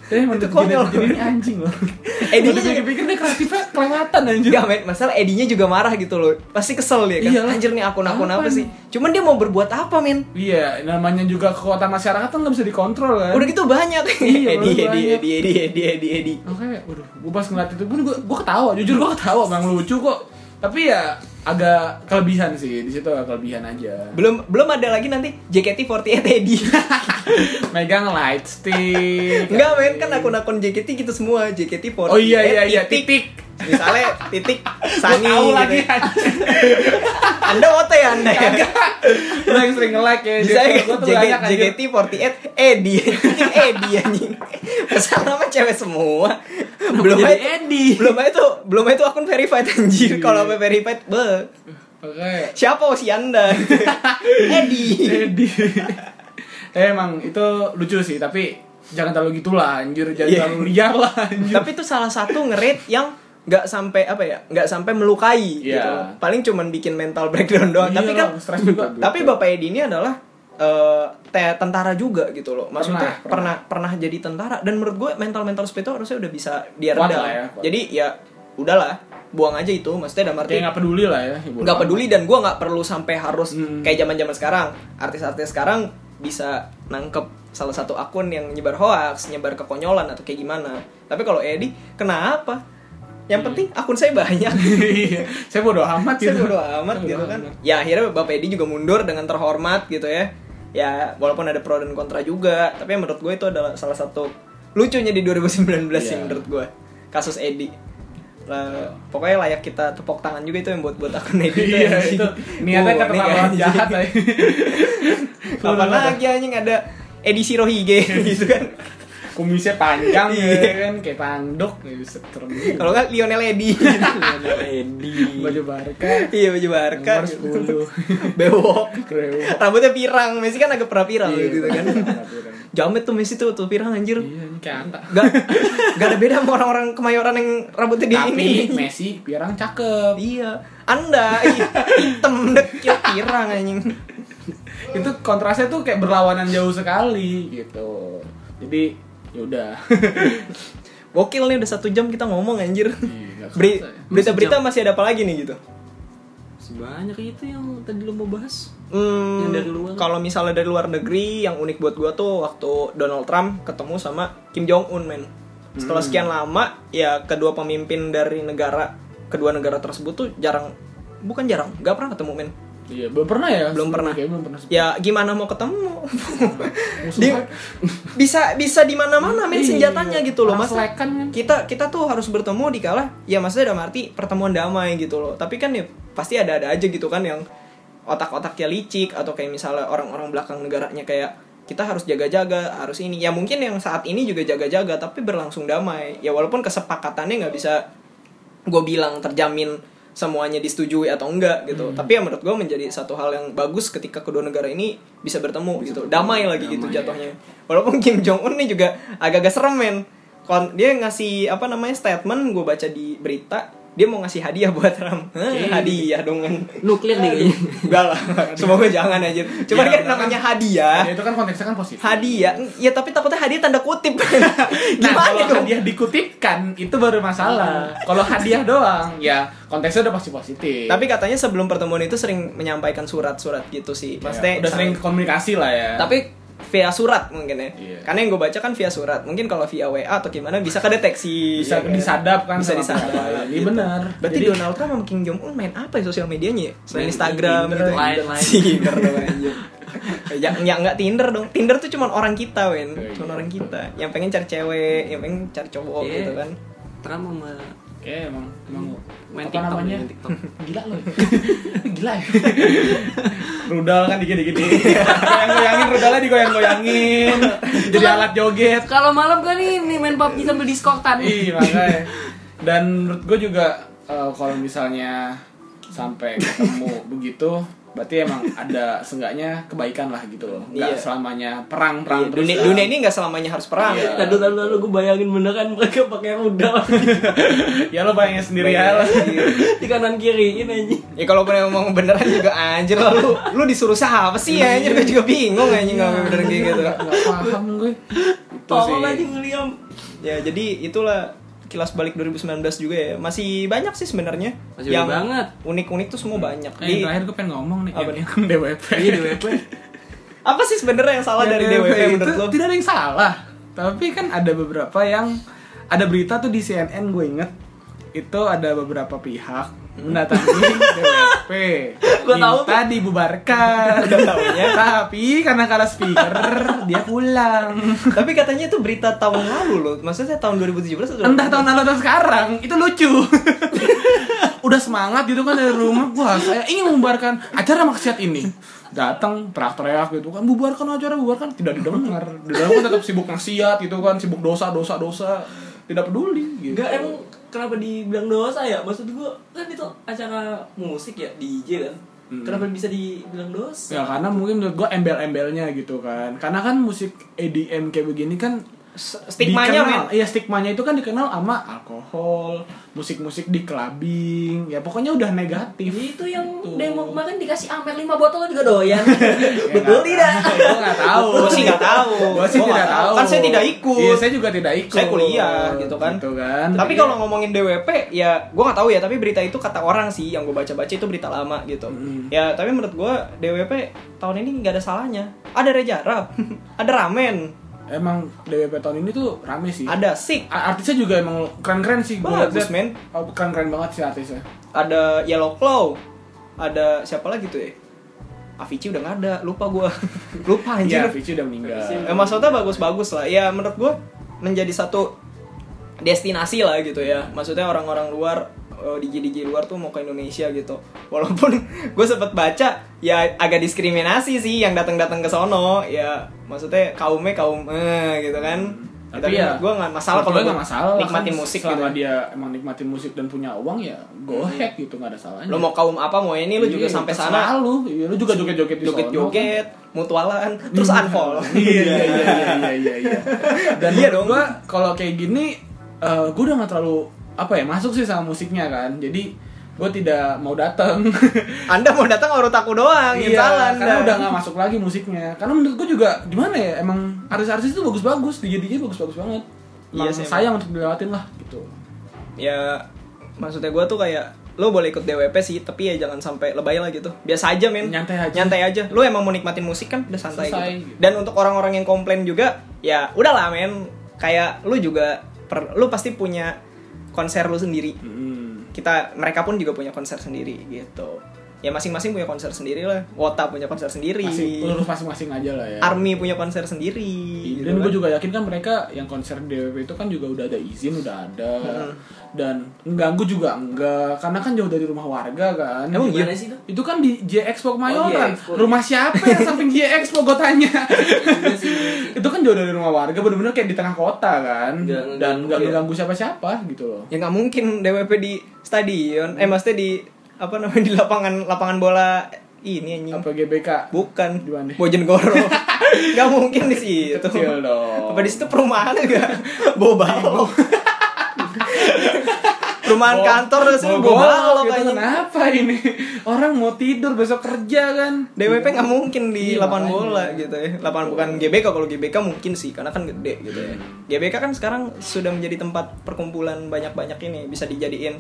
B: Eh, menurut
A: Itu konyol.
B: gini, gini anjing loh.
A: Edinya
B: Edinya
A: juga-
B: pikir dia kreatifnya kelewatan anjir.
A: Gak men, masalah Edinya juga marah gitu loh Pasti kesel dia kan,
B: Iyalah.
A: anjir nih akun-akun apa,
B: Apa
A: sih
B: nih?
A: Cuman dia mau berbuat apa men?
B: Iya, namanya juga kekuatan masyarakat tuh nggak bisa dikontrol kan.
A: Udah gitu banyak
B: Iya,
A: [laughs] Edi,
B: udah
A: Edi,
B: banyak.
A: Edi, Edi, Edi, Edi, Edi
B: Oke, waduh, gue pas ngeliat itu pun gue gue ketawa, jujur gue ketawa, bang lucu kok. Tapi ya agak kelebihan sih, di situ agak kelebihan aja.
A: belum belum ada lagi nanti JKT48 Edi
B: [laughs] Megang light stick.
A: Enggak men, kan akun-akun JKT gitu semua JKT48
B: Oh iya iya iya titik.
A: Misalnya
B: [laughs]
A: titik
B: Gue
A: Sani
B: tahu
A: gitu
B: lagi
A: ya.
B: anjing.
A: Anda ote ya Anda ya
B: Lu yang sering nge-like ya.
A: Bisa ya
B: Gua tuh banyak, anjing.
A: JKT48 Edi [laughs] Titik Edi anjing Masalah sama cewek semua Belum
C: jadi
A: aja
C: Edi.
A: belum aja tuh belum aja tuh akun verified anjir
B: Iya.
A: kalau sampai verified be
B: Oke.
A: siapa si
B: [laughs]
A: anda Edi
B: Jadi [laughs] Eh, emang itu lucu sih, tapi jangan terlalu gitulah anjir, jangan
A: Iya.
B: terlalu liar lah anjir.
A: tapi itu salah satu ngerit yang nggak sampai apa ya nggak sampai melukai
B: Iya.
A: gitu paling cuman bikin mental breakdown doang tapi
B: Iya,
A: kan
B: stres juga.
A: [laughs] tapi bapak Edi ini adalah eh, te- tentara juga gitu loh maksudnya
B: Pernah,
A: pernah pernah, jadi tentara dan menurut gue mental mental seperti itu harusnya udah bisa dia
B: Kuat
A: redam
B: lah ya, kuat.
A: jadi ya udahlah buang aja itu maksudnya dalam arti
B: kayak nggak peduli lah ya ibu
A: nggak peduli dan gue nggak perlu sampai harus
B: Hmm.
A: kayak zaman zaman sekarang artis-artis sekarang bisa nangkep salah satu akun yang nyebar hoax nyebar kekonyolan atau kayak gimana tapi kalau Edi kenapa yang
B: Hmm.
A: penting akun saya
B: [laughs]
A: banyak
B: Iya. saya bodo amat
A: saya
B: gitu
A: bodo amat
B: Saya
A: gitu
B: bodo
A: kan
B: amat.
A: ya akhirnya Bapak Edi juga mundur dengan terhormat gitu ya ya walaupun ada pro dan kontra juga tapi yang menurut gue itu adalah salah satu lucunya di 2019 sih
B: Iya.
A: menurut gue kasus Edi lah, pokoknya layak kita tepok tangan juga itu yang buat buat akun Edi itu,
B: iya
A: anjing.
B: itu niatnya
A: Wah,
B: keterlaluan
A: aneh, anjing.
B: jahat eh. lah
A: Kapan Iya, lagi anjing ada edisi
B: [laughs]
A: Rohige gitu kan
B: kumisnya panjang
A: Iya.
B: ya kan kayak pandok gitu serem gitu.
A: kalau nggak Lionel Edi
B: baju barca
A: iya baju Barca
B: nomor sepuluh
A: bewok
B: Kreo.
A: [laughs] rambutnya pirang Messi kan agak pernah pirang
B: Iya,
A: gitu kan
B: peraturan.
A: jamet tuh Messi tuh tuh pirang anjir
B: Iya, ini kayak Anta.
A: Gak, gak ada beda sama orang-orang kemayoran yang rambutnya di ini.
B: Tapi Messi pirang cakep.
A: Iya. Anda ih, hitam dekil pirang anjing.
B: Itu kontrasnya tuh kayak berlawanan jauh sekali gitu. Jadi ya
A: [laughs]
B: udah.
A: Gokil nih udah satu jam kita ngomong anjir.
B: Iya, gak
A: Beri-
B: kerasa ya.
A: Berita-berita masih ada apa lagi nih gitu?
C: Sebanyak itu yang tadi lo mau bahas.
A: Hmm,
C: Yang dari luar.
A: kalau misalnya dari luar negeri yang unik buat gua tuh waktu Donald Trump ketemu sama Kim Jong Un men.
C: Hmm.
A: Setelah sekian lama ya kedua pemimpin dari negara kedua negara tersebut tuh jarang bukan jarang nggak pernah ketemu men
B: Iya, belum pernah ya?
A: Belum pernah.
B: Kayaknya belum pernah.
A: ya gimana mau ketemu [laughs]
B: Musuh
A: Di-
B: kan?
A: bisa bisa di mana mana men senjatanya gitu loh mas
B: Selekan kan.
A: kita kita tuh harus bertemu di kala ya maksudnya dalam arti pertemuan damai gitu loh tapi kan ya pasti ada ada aja gitu kan yang otak-otaknya licik atau kayak misalnya orang-orang belakang negaranya kayak kita harus jaga-jaga harus ini ya mungkin yang saat ini juga jaga-jaga tapi berlangsung damai ya walaupun kesepakatannya nggak bisa gue bilang terjamin semuanya disetujui atau enggak gitu tapi ya menurut gue menjadi satu hal yang bagus ketika kedua negara ini bisa bertemu gitu damai lagi gitu jatuhnya walaupun Kim Jong Un nih juga agak-agak serem men Kon- dia ngasih apa namanya statement gue baca di berita dia mau ngasih hadiah buat Trump [laughs] Hah,
B: Iya.
A: hadiah dong men.
C: Nuklir nih kayaknya.
A: enggak lah semoga jangan aja cuman
B: Ya,
A: kan
B: enggak
A: namanya hadiah
B: Ya, itu kan konteksnya kan positif.
A: hadiah ya tapi takutnya hadiah tanda kutip [laughs]
B: Nah,
A: gimana
B: kalau
A: dong Ah.
B: hadiah dikutipkan itu baru masalah. Kalau hadiah doang, ya konteksnya udah pasti positif.
A: Tapi katanya sebelum pertemuan itu sering menyampaikan surat-surat gitu sih.
B: Ya,
A: Maksudnya
B: udah sering komunikasi lah ya.
A: tapi via surat mungkin ya.
B: Iya.
A: Karena yang gue baca kan via surat. Mungkin kalau via WA atau gimana bisa kedeteksi.
B: bisa
A: ya kan?
B: disadap kan
A: Bisa
B: sama
A: disadap.
B: orang lain. Iya
A: gitu.
B: benar.
A: Berarti
B: Jadi-
A: Donald Trump sama Kim Jong Un main apa ya sosial medianya ya? Selain
C: Main
A: Instagram
C: Tinder,
A: gitu. [laughs]
C: lain-lain.
A: Tinder dong anjir. Ya, ya nggak Tinder dong. Tinder tuh cuman orang kita, Wen.
B: Iya,
A: Cuman
B: iya.
A: orang kita. Yang pengen cari cewek, yang pengen cari cowok
C: Iya.
A: gitu kan.
C: Trump sama
B: Kayak emang emang
C: main
B: apa
C: TikTok,
B: namanya?
C: main TikTok.
B: Gila loh. Gila ya. [laughs] Rudal kan dikit-dikit. Goyang-goyangin rudalnya digoyang-goyangin. Jadi alat joget.
C: Kalau malam kan ini main PUBG sambil diskotan.
B: Iya makanya. Dan menurut gue juga eh, kalau misalnya sampai
A: [laughs]
B: ketemu begitu, berarti emang ada seenggaknya kebaikan lah gitu loh.
A: Iya.
B: Nggak selamanya
A: Iya,
B: perang-perang terus.
A: dunia,
B: kan.
A: dunia ini nggak selamanya harus perang.
B: Iya.
C: Tadu tadu tadu gue bayangin beneran mereka pakai rudal [laughs]
B: ya lo bayangin sendiri ya.
A: [laughs]
C: di kanan kiri ini aja.
A: Ya kalau bener emang beneran juga anjir lah lu. Lu disuruh siapa sih ya anjir gue juga bingung anjir enggak bener kayak gitu.
B: Nggak paham gue. Itu
C: Tolong aja
B: sih.
C: William.
A: Ya jadi itulah kilas balik 2019 juga ya. Masih banyak sih sebenarnya.
C: Masih banyak banget.
A: Unik-unik tuh semua banyak.
B: Eh,
A: Di-
B: yang terakhir gue pengen ngomong nih
A: Iya. Apa
B: yang, [laughs] yang DWP.
C: Iya di WP.
A: apa sih sebenarnya yang salah
B: Yang
A: dari DWP menurut
B: Ya, itu
A: lu?
B: tidak ada yang salah. Tapi kan ada beberapa yang ada berita tuh di CNN gue inget itu ada beberapa pihak mendatangi DWP
C: Gua tahu
B: minta dibubarkan
A: ya.
B: Ya, tapi karena kalah speaker dia pulang
A: Tapi katanya itu berita tahun lalu loh. Maksudnya tahun 2017 atau
B: entah tahun lalu atau sekarang itu
A: [laughs]
B: lucu udah semangat gitu kan dari rumah gua saya ingin membubarkan acara maksiat ini datang teriak-teriak gitu kan bubarkan acara bubarkan tidak didengar di dalam kan tetap sibuk maksiat gitu kan sibuk dosa dosa dosa tidak peduli gitu
C: Enggak emang kenapa dibilang dosa ya? Maksud gue kan itu acara musik ya DJ kan.
A: Hmm.
C: Kenapa bisa dibilang dosa?
B: ya karena mungkin menurut gua embel-embelnya gitu kan karena kan musik EDM kayak begini kan
A: S- stigmanya
B: Dikenal.
A: men
B: Iya, stigmanya itu kan dikenal sama alkohol, musik-musik di clubbing. Ya pokoknya udah negatif.
C: Itu yang
B: Gitu.
C: demo kemarin dikasih Amer 5 botol juga
B: [laughs] Iya,
C: doyan.
B: nggak
C: Betul tidak?
B: Gue nggak tahu.
A: Gua sih nggak tahu.
B: Gue sih
A: Gua
B: tidak
A: nggak
B: tahu.
A: tahu. Kan saya tidak ikut.
B: Iya, saya juga tidak ikut.
A: Saya kuliah, gitu kan.
B: kan.
A: tapi kalau ngomongin DWP ya gue nggak tahu ya tapi berita itu kata orang sih yang gue baca-baca itu berita lama gitu ya tapi menurut gue DWP tahun ini nggak ada salahnya ada Reja Rap [laughs] ada Ramen
B: emang DWP tahun ini tuh rame sih.
A: ada Sik
B: A- Artisnya juga emang keren-keren sih. Gua
A: Bagus,
B: liat-liat.
A: men.
B: Oh, keren-keren banget sih artisnya.
A: ada Yellow Claw ada siapa lagi tuh ya Avicii udah nggak ada lupa gue [laughs] lupa anjir
B: Iya, Vici udah meninggal.
A: Eh, maksudnya bagus-bagus lah. Ya menurut gue menjadi satu destinasi lah gitu ya. Maksudnya orang-orang luar eh, digi-digi luar tuh mau ke Indonesia gitu. Walaupun [laughs] gue sempet baca ya agak diskriminasi sih yang datang-datang ke sono. Ya maksudnya kaumnya kaum eh, gitu kan. Tapi,
B: ya,
A: gue nggak masalah kalau
B: sebetulnya
A: gua
B: nggak masalah lah
A: nikmatin
B: kan,
A: musik
B: selama
A: gitu. Hmm.
B: dia emang nikmatin musik dan punya uang ya go ahead gitu nggak ada salahnya
A: Lo mau kaum apa mau ini lo juga
B: Iya,
A: sampai
B: terserah
A: sana
B: lu Iya, lu juga joget-joget di sono.
A: joget-joget,
B: [laughs]
A: mutualan, terus unfollow.
B: iya iya iya iya iya iya dan
A: Iya
B: iya
A: dong.
B: dong gua kalau kayak gini eh gua udah nggak terlalu apa ya masuk sih sama musiknya kan jadi gua tidak mau datang
A: [laughs] Anda mau datang urut aku doang, yang salah
B: iya
A: Anda.
B: karena udah nggak masuk lagi musiknya karena menurut gua juga gimana ya emang artis-artis itu bagus-bagus DJ DJ bagus-bagus banget
A: Iya
B: Emang
A: sih, emang.
B: sayang untuk dilewatin lah gitu
A: ya maksudnya gue tuh kayak lo boleh ikut DWP sih tapi ya jangan sampai lebay lah gitu biasa aja men
B: Nyantai aja.
A: nyantai aja lo emang mau nikmatin musik kan udah santai
B: Selesai,
A: gitu.
B: gitu.
A: dan untuk orang-orang yang komplain juga ya udahlah men kayak lo juga per, lo pasti punya konser lo sendiri
B: Hmm.
A: kita mereka pun juga punya konser sendiri gitu ya masing-masing punya konser sendiri lah Wota punya konser sendiri
B: masih lurus masing-masing aja lah ya
A: Army punya konser sendiri
C: Iya,
A: gitu
B: dan
A: kan.
B: gue juga yakin kan mereka yang konser DWP itu kan juga udah ada izin udah ada dan mengganggu juga enggak karena kan jauh dari rumah warga kan
A: Emang
C: Gimana sih itu?
B: itu kan di J Expo Kemayoran
C: Oh, J Expo.
B: kan? rumah siapa yang
C: [laughs]
B: samping J Expo gue tanya
C: Iya
B: itu kan jauh dari rumah warga bener-bener kayak di tengah kota kan
C: Nggak ngeganggu
B: dan nggak
C: ya.
B: mengganggu siapa-siapa gitu loh
A: ya nggak mungkin DWP di stadion eh maksudnya di apa namanya di lapangan lapangan bola ini
C: Iya.
A: anjing
B: apa GBK
A: bukan
B: Di mana? [laughs]
A: Bojonegoro nggak mungkin di
C: Iya,
A: situ
B: Kecil dong.
A: apa di situ perumahan juga bobal perumahan kantor di situ
B: Bawa golok
A: bobal
B: gitu,
A: kayaknya
B: kenapa ini orang mau tidur besok kerja kan
A: DWP nggak mungkin di
B: Iya,
A: lapangan
B: makanya. Iya.
A: bola gitu ya lapangan bukan GBK kalau GBK mungkin sih karena kan gede gitu ya GBK kan sekarang sudah menjadi tempat perkumpulan banyak-banyak ini bisa dijadiin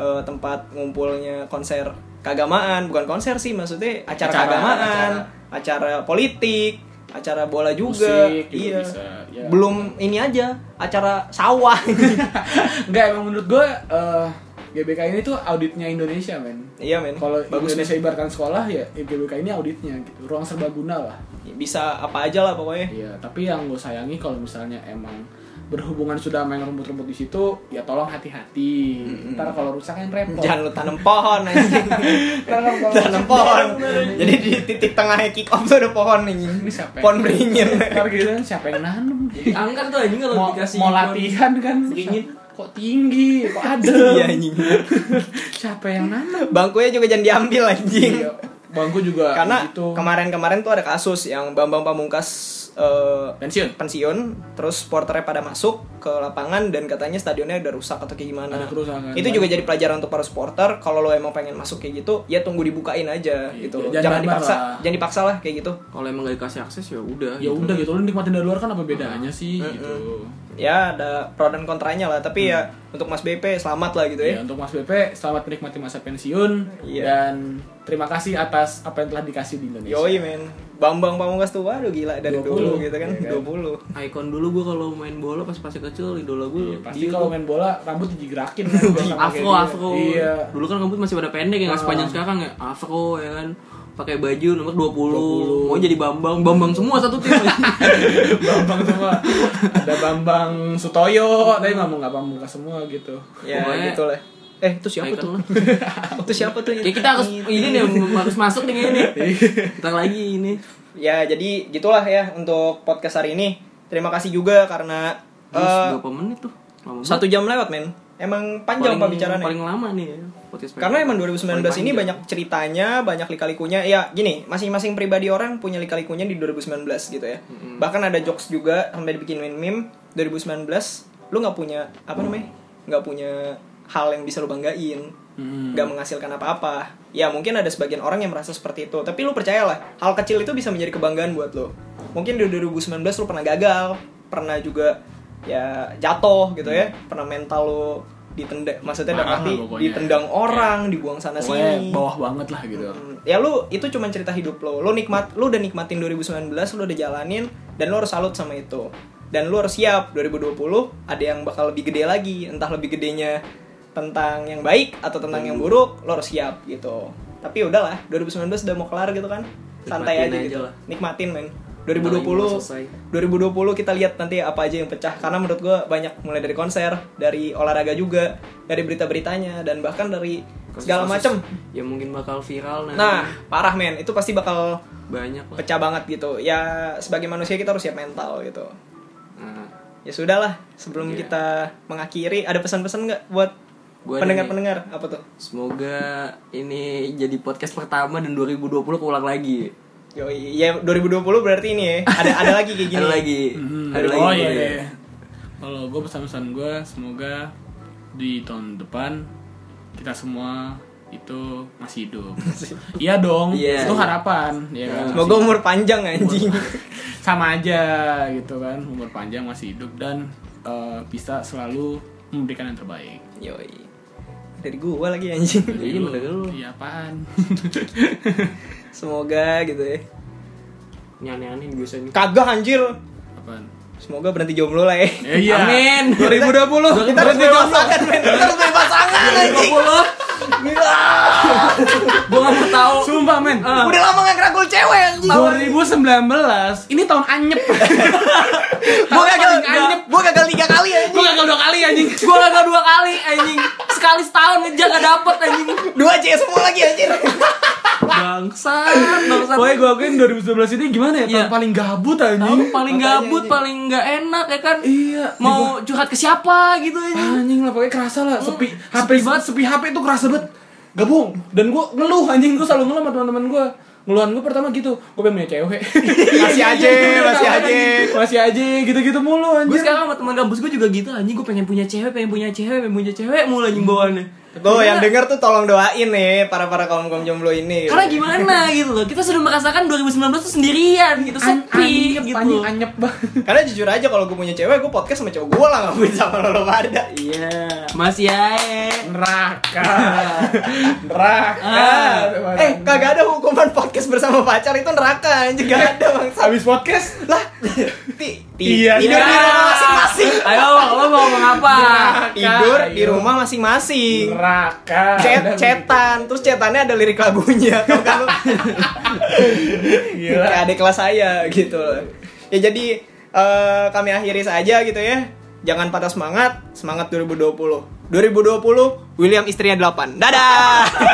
A: eh, tempat ngumpulnya konser keagamaan bukan konser sih maksudnya acara,
B: Acara,
A: keagamaan acara. politik acara bola juga,
B: Musik juga
A: iya
B: bisa, ya.
A: belum ini aja acara
B: [laughs]
A: sawah
B: Enggak emang menurut gue eh, GBK ini tuh auditnya Indonesia men
A: iya men
B: kalau
A: bagus
B: Indonesia ibaratkan sekolah ya GBK ini auditnya gitu ruang serbaguna lah
A: bisa apa aja lah pokoknya
B: iya tapi yang gue sayangi kalau misalnya emang berhubungan sudah main rumput-rumput di situ ya tolong hati-hati ntar kalau rusak kan repot
A: jangan lu tanam pohon anjing
B: ntar kalau kan
A: tanam pohon jadi di titik tengahnya kick off tuh ada pohon nih
B: Ini siapa ya?
A: pohon beringin
B: ntar gitu kan siapa yang nanem
C: Angkat tuh anjing kalau
B: mau,
C: dikasih
B: mau latihan kan
C: Dingin.
B: kok tinggi kok
A: iya
B: ada
A: anjing
B: siapa yang nanem
A: bangkunya juga jangan diambil anjing
B: Iya, bangku juga
A: karena
B: gitu.
A: kemarin-kemarin tuh ada kasus yang Bambang Pamungkas eh,
B: pensiun
A: pensiun terus porternya pada masuk ke lapangan dan katanya stadionnya udah rusak atau kayak gimana
B: Ada kerusakan.
A: itu juga jadi pelajaran untuk para supporter kalau lo emang pengen masuk kayak gitu ya tunggu dibukain aja
B: Iya,
A: gitu
B: jangan
A: jangan,
B: barbar
A: dipaksa
B: lah.
A: jangan dipaksa lah kayak gitu
D: Kalau emang gak dikasih akses ya
C: Ah,
D: udah.
B: ya udah gitu lu nikmatin dari luar kan apa bedanya sih gitu
A: ya ada pro dan kontranya lah
B: Hmm.
A: tapi ya untuk Mas BP selamat lah gitu ya
B: ya untuk Mas BP selamat menikmati masa pensiun
A: Iya.
B: dan terima kasih atas apa yang telah dikasih di Indonesia
A: Yoi men Bambang Pamungkas tuh waduh gila dari
B: 20,
A: dulu gitu kan,
B: iya kan?
A: 20
D: Icon dulu gue kalau main bola pas masih kecil idola
B: Iya,
D: gue.
B: pasti kalau main bola rambut digerakin kan, sama kayak
D: afro
B: dia.
D: afro
B: iya
D: dulu kan rambut masih pada pendek
A: Ah.
D: ya nggak sepanjang sekarang ya afro ya kan pakai baju nomor 20, mau jadi bambang bambang semua satu
A: [laughs]
D: tim
B: Bambang semua ada Bambang Sutoyo tapi nggak mau nggak pamungkas semua gitu
A: Ya
D: Pokoknya-
A: gitu lah Eh itu siapa
D: Icon
A: tuh?
D: lah.
A: itu siapa tuh?
C: Ya,
D: Kayak kita
A: [laughs]
D: harus ini nih harus masuk nih kayaknya
A: Iya.
D: nih Ntar lagi ini
A: Ya jadi gitulah ya untuk podcast hari ini Terima kasih juga karena
D: Terus
A: eh,
D: berapa menit tuh Lama banget.
A: Satu jam lewat men Emang panjang pak bicaranya.
C: paling lama nih ya, podcast
A: Karena
C: mereka.
A: emang 2019 ini
C: Paling
A: banyak ceritanya, banyak lika-likunya. Ya gini, masing-masing pribadi orang punya lika-likunya di 2019 gitu ya. Bahkan ada jokes juga sampai dibikinin meme 2019. Lu nggak punya apa namanya? Nggak punya hal yang bisa lu banggain. Nggak menghasilkan apa-apa. Ya mungkin ada sebagian orang yang merasa seperti itu. Tapi lu percayalah, hal kecil itu bisa menjadi kebanggaan buat lu. Mungkin di 2019 lu pernah gagal, pernah juga ya jatuh gitu ya, pernah mental lu ditendang maksudnya dalam
F: Mm. Parah
A: arti
F: lah pokoknya.
A: ditendang orang, dibuang sana
F: Pokoknya
A: sini.
F: bawah banget lah gitu.
A: Hmm, Ya
C: Iya.
A: lu itu cuman cerita hidup lo. Lu nikmat lu udah nikmatin 2019, lu udah jalanin dan lu harus salut sama itu. Dan lu harus siap 2020 ada yang bakal lebih gede lagi, entah lebih gedenya tentang yang baik atau tentang yang
C: Hmm.
A: buruk, lu harus siap gitu. Tapi udahlah, 2019 udah mau kelar gitu kan. Santai aja,
C: Nikmatin aja
A: gitu.
C: lah.
A: Nikmatin, men.
C: Kalau
A: 2020
C: ini selesai.
A: 2020 kita lihat nanti apa aja yang pecah karena menurut gue banyak mulai dari konser dari olahraga juga dari berita-beritanya dan bahkan dari segala macem
C: Ya mungkin bakal viral nanti.
A: nah parah men itu pasti bakal
C: banyak lah.
A: pecah banget gitu ya sebagai manusia kita harus siap mental gitu
C: Nah,
A: ya sudahlah sebelum
C: Iya.
A: kita mengakhiri ada pesan-pesan nggak buat
C: Gua ada
A: pendengar-pendengar apa tuh
C: semoga ini jadi podcast pertama dan 2020 keulang lagi.
A: Yoi, ya 2020 berarti ini ya ada ada lagi kayak
B: Iya.
A: gini
C: Ada lagi.
B: Mm-hmm. Hmm.
C: Ada lagi.
F: Oh iya.
C: gitu ya.
F: iya.
B: Kalau gue pesan-pesan gue semoga di tahun depan kita semua itu masih
C: [laughs]
B: hidup. iya dong,
C: Iya,
B: itu
C: iya.
B: harapan, ya kan?
A: semoga umur panjang anjing
B: sama aja gitu kan, umur panjang masih hidup dan eh, bisa selalu memberikan yang terbaik.
A: yoi dari gua lagi anjing
C: Jadi
B: Lu,
C: bener lu
B: Iya apaan? [laughs]
A: semoga gitu ya
C: nyanyi-nyanyi biasanya.
A: kagak anjir
B: apaan?
A: Semoga berhenti jomblo lah ya.
B: Ya, iya.
C: Amin.
B: [laughs]
A: 2020 kita harus punya pasangan men kita harus punya pasangan anjing
C: 2020.
B: [laughs]
C: Gua gak mau tahu.
B: Sumpah men.
C: Ah.
A: udah lama gak keragul cewek anjing
B: 2019 ini tahun anyep.
A: gue gagal
B: paling anjep.
A: gue gagal tiga kali
B: Gue
A: anjing
B: gagal dua kali anjing.
C: Gua gagal dua kali anjing. Sekali setahun aja gak dapet anjing.
A: dua CS semua lagi anjir
C: Bangsat, bangsat.
B: Pokoknya gue akuin 2019 ini gimana ya? Tahun
C: Iya.
B: paling gabut anjing.
C: Tahu paling
A: Makanya
C: gabut,
A: ini.
C: paling nggak enak ya kan.
B: Iya.
C: Mau curhat ke siapa gitu anjing.
B: anjing lah pokoknya kerasa lah sepi HP
C: sepi
B: banget sepi HP itu kerasa banget gabung dan gue ngeluh anjing gue selalu ngeluh sama teman-teman gue ngeluhan gue pertama gitu gue pengen punya cewek
A: Masih aja, masih aja.
B: masih aja gitu-gitu mulu
C: Gue
B: anjing
C: sekarang sama teman kampus gue juga gitu anjing gue pengen punya cewek, pengen punya cewek, pengen punya cewek mulu anjing bawaannya.
A: Tuh yang
C: Karena-
A: denger tuh tolong doain nih para para kaum kaum jomblo ini.
C: Karena gimana gitu loh, kita sudah merasakan 2019 tuh sendirian gitu, sepi gitu.
B: anjing anyep banget
A: Karena jujur aja kalau gue punya cewek gue podcast sama cowok gue lah ngapain sama lo lo pada.
C: Iya, masih aja.
B: neraka neraka Teman.
A: Eh kagak ada hukuman podcast bersama pacar itu neraka anjing gak ada bang.
B: habis podcast
A: Lah, ti, ti,
B: Iya,
A: tidur di
B: iya.
A: rumah masing-masing.
C: Ayo, lo mau ngomong apa?
A: Tidur di
B: Ayo.
A: rumah masing-masing.
B: neraka
A: Cet,
B: Udah,
A: cetan, terus cetannya ada lirik lagunya. Tau kan lu?
B: Gila.
A: Kayak adik kelas saya gitu loh. Ya jadi eh, kami akhiri saja gitu ya. Jangan patah semangat, semangat 2020. 2020 William istrinya 8. Dadah.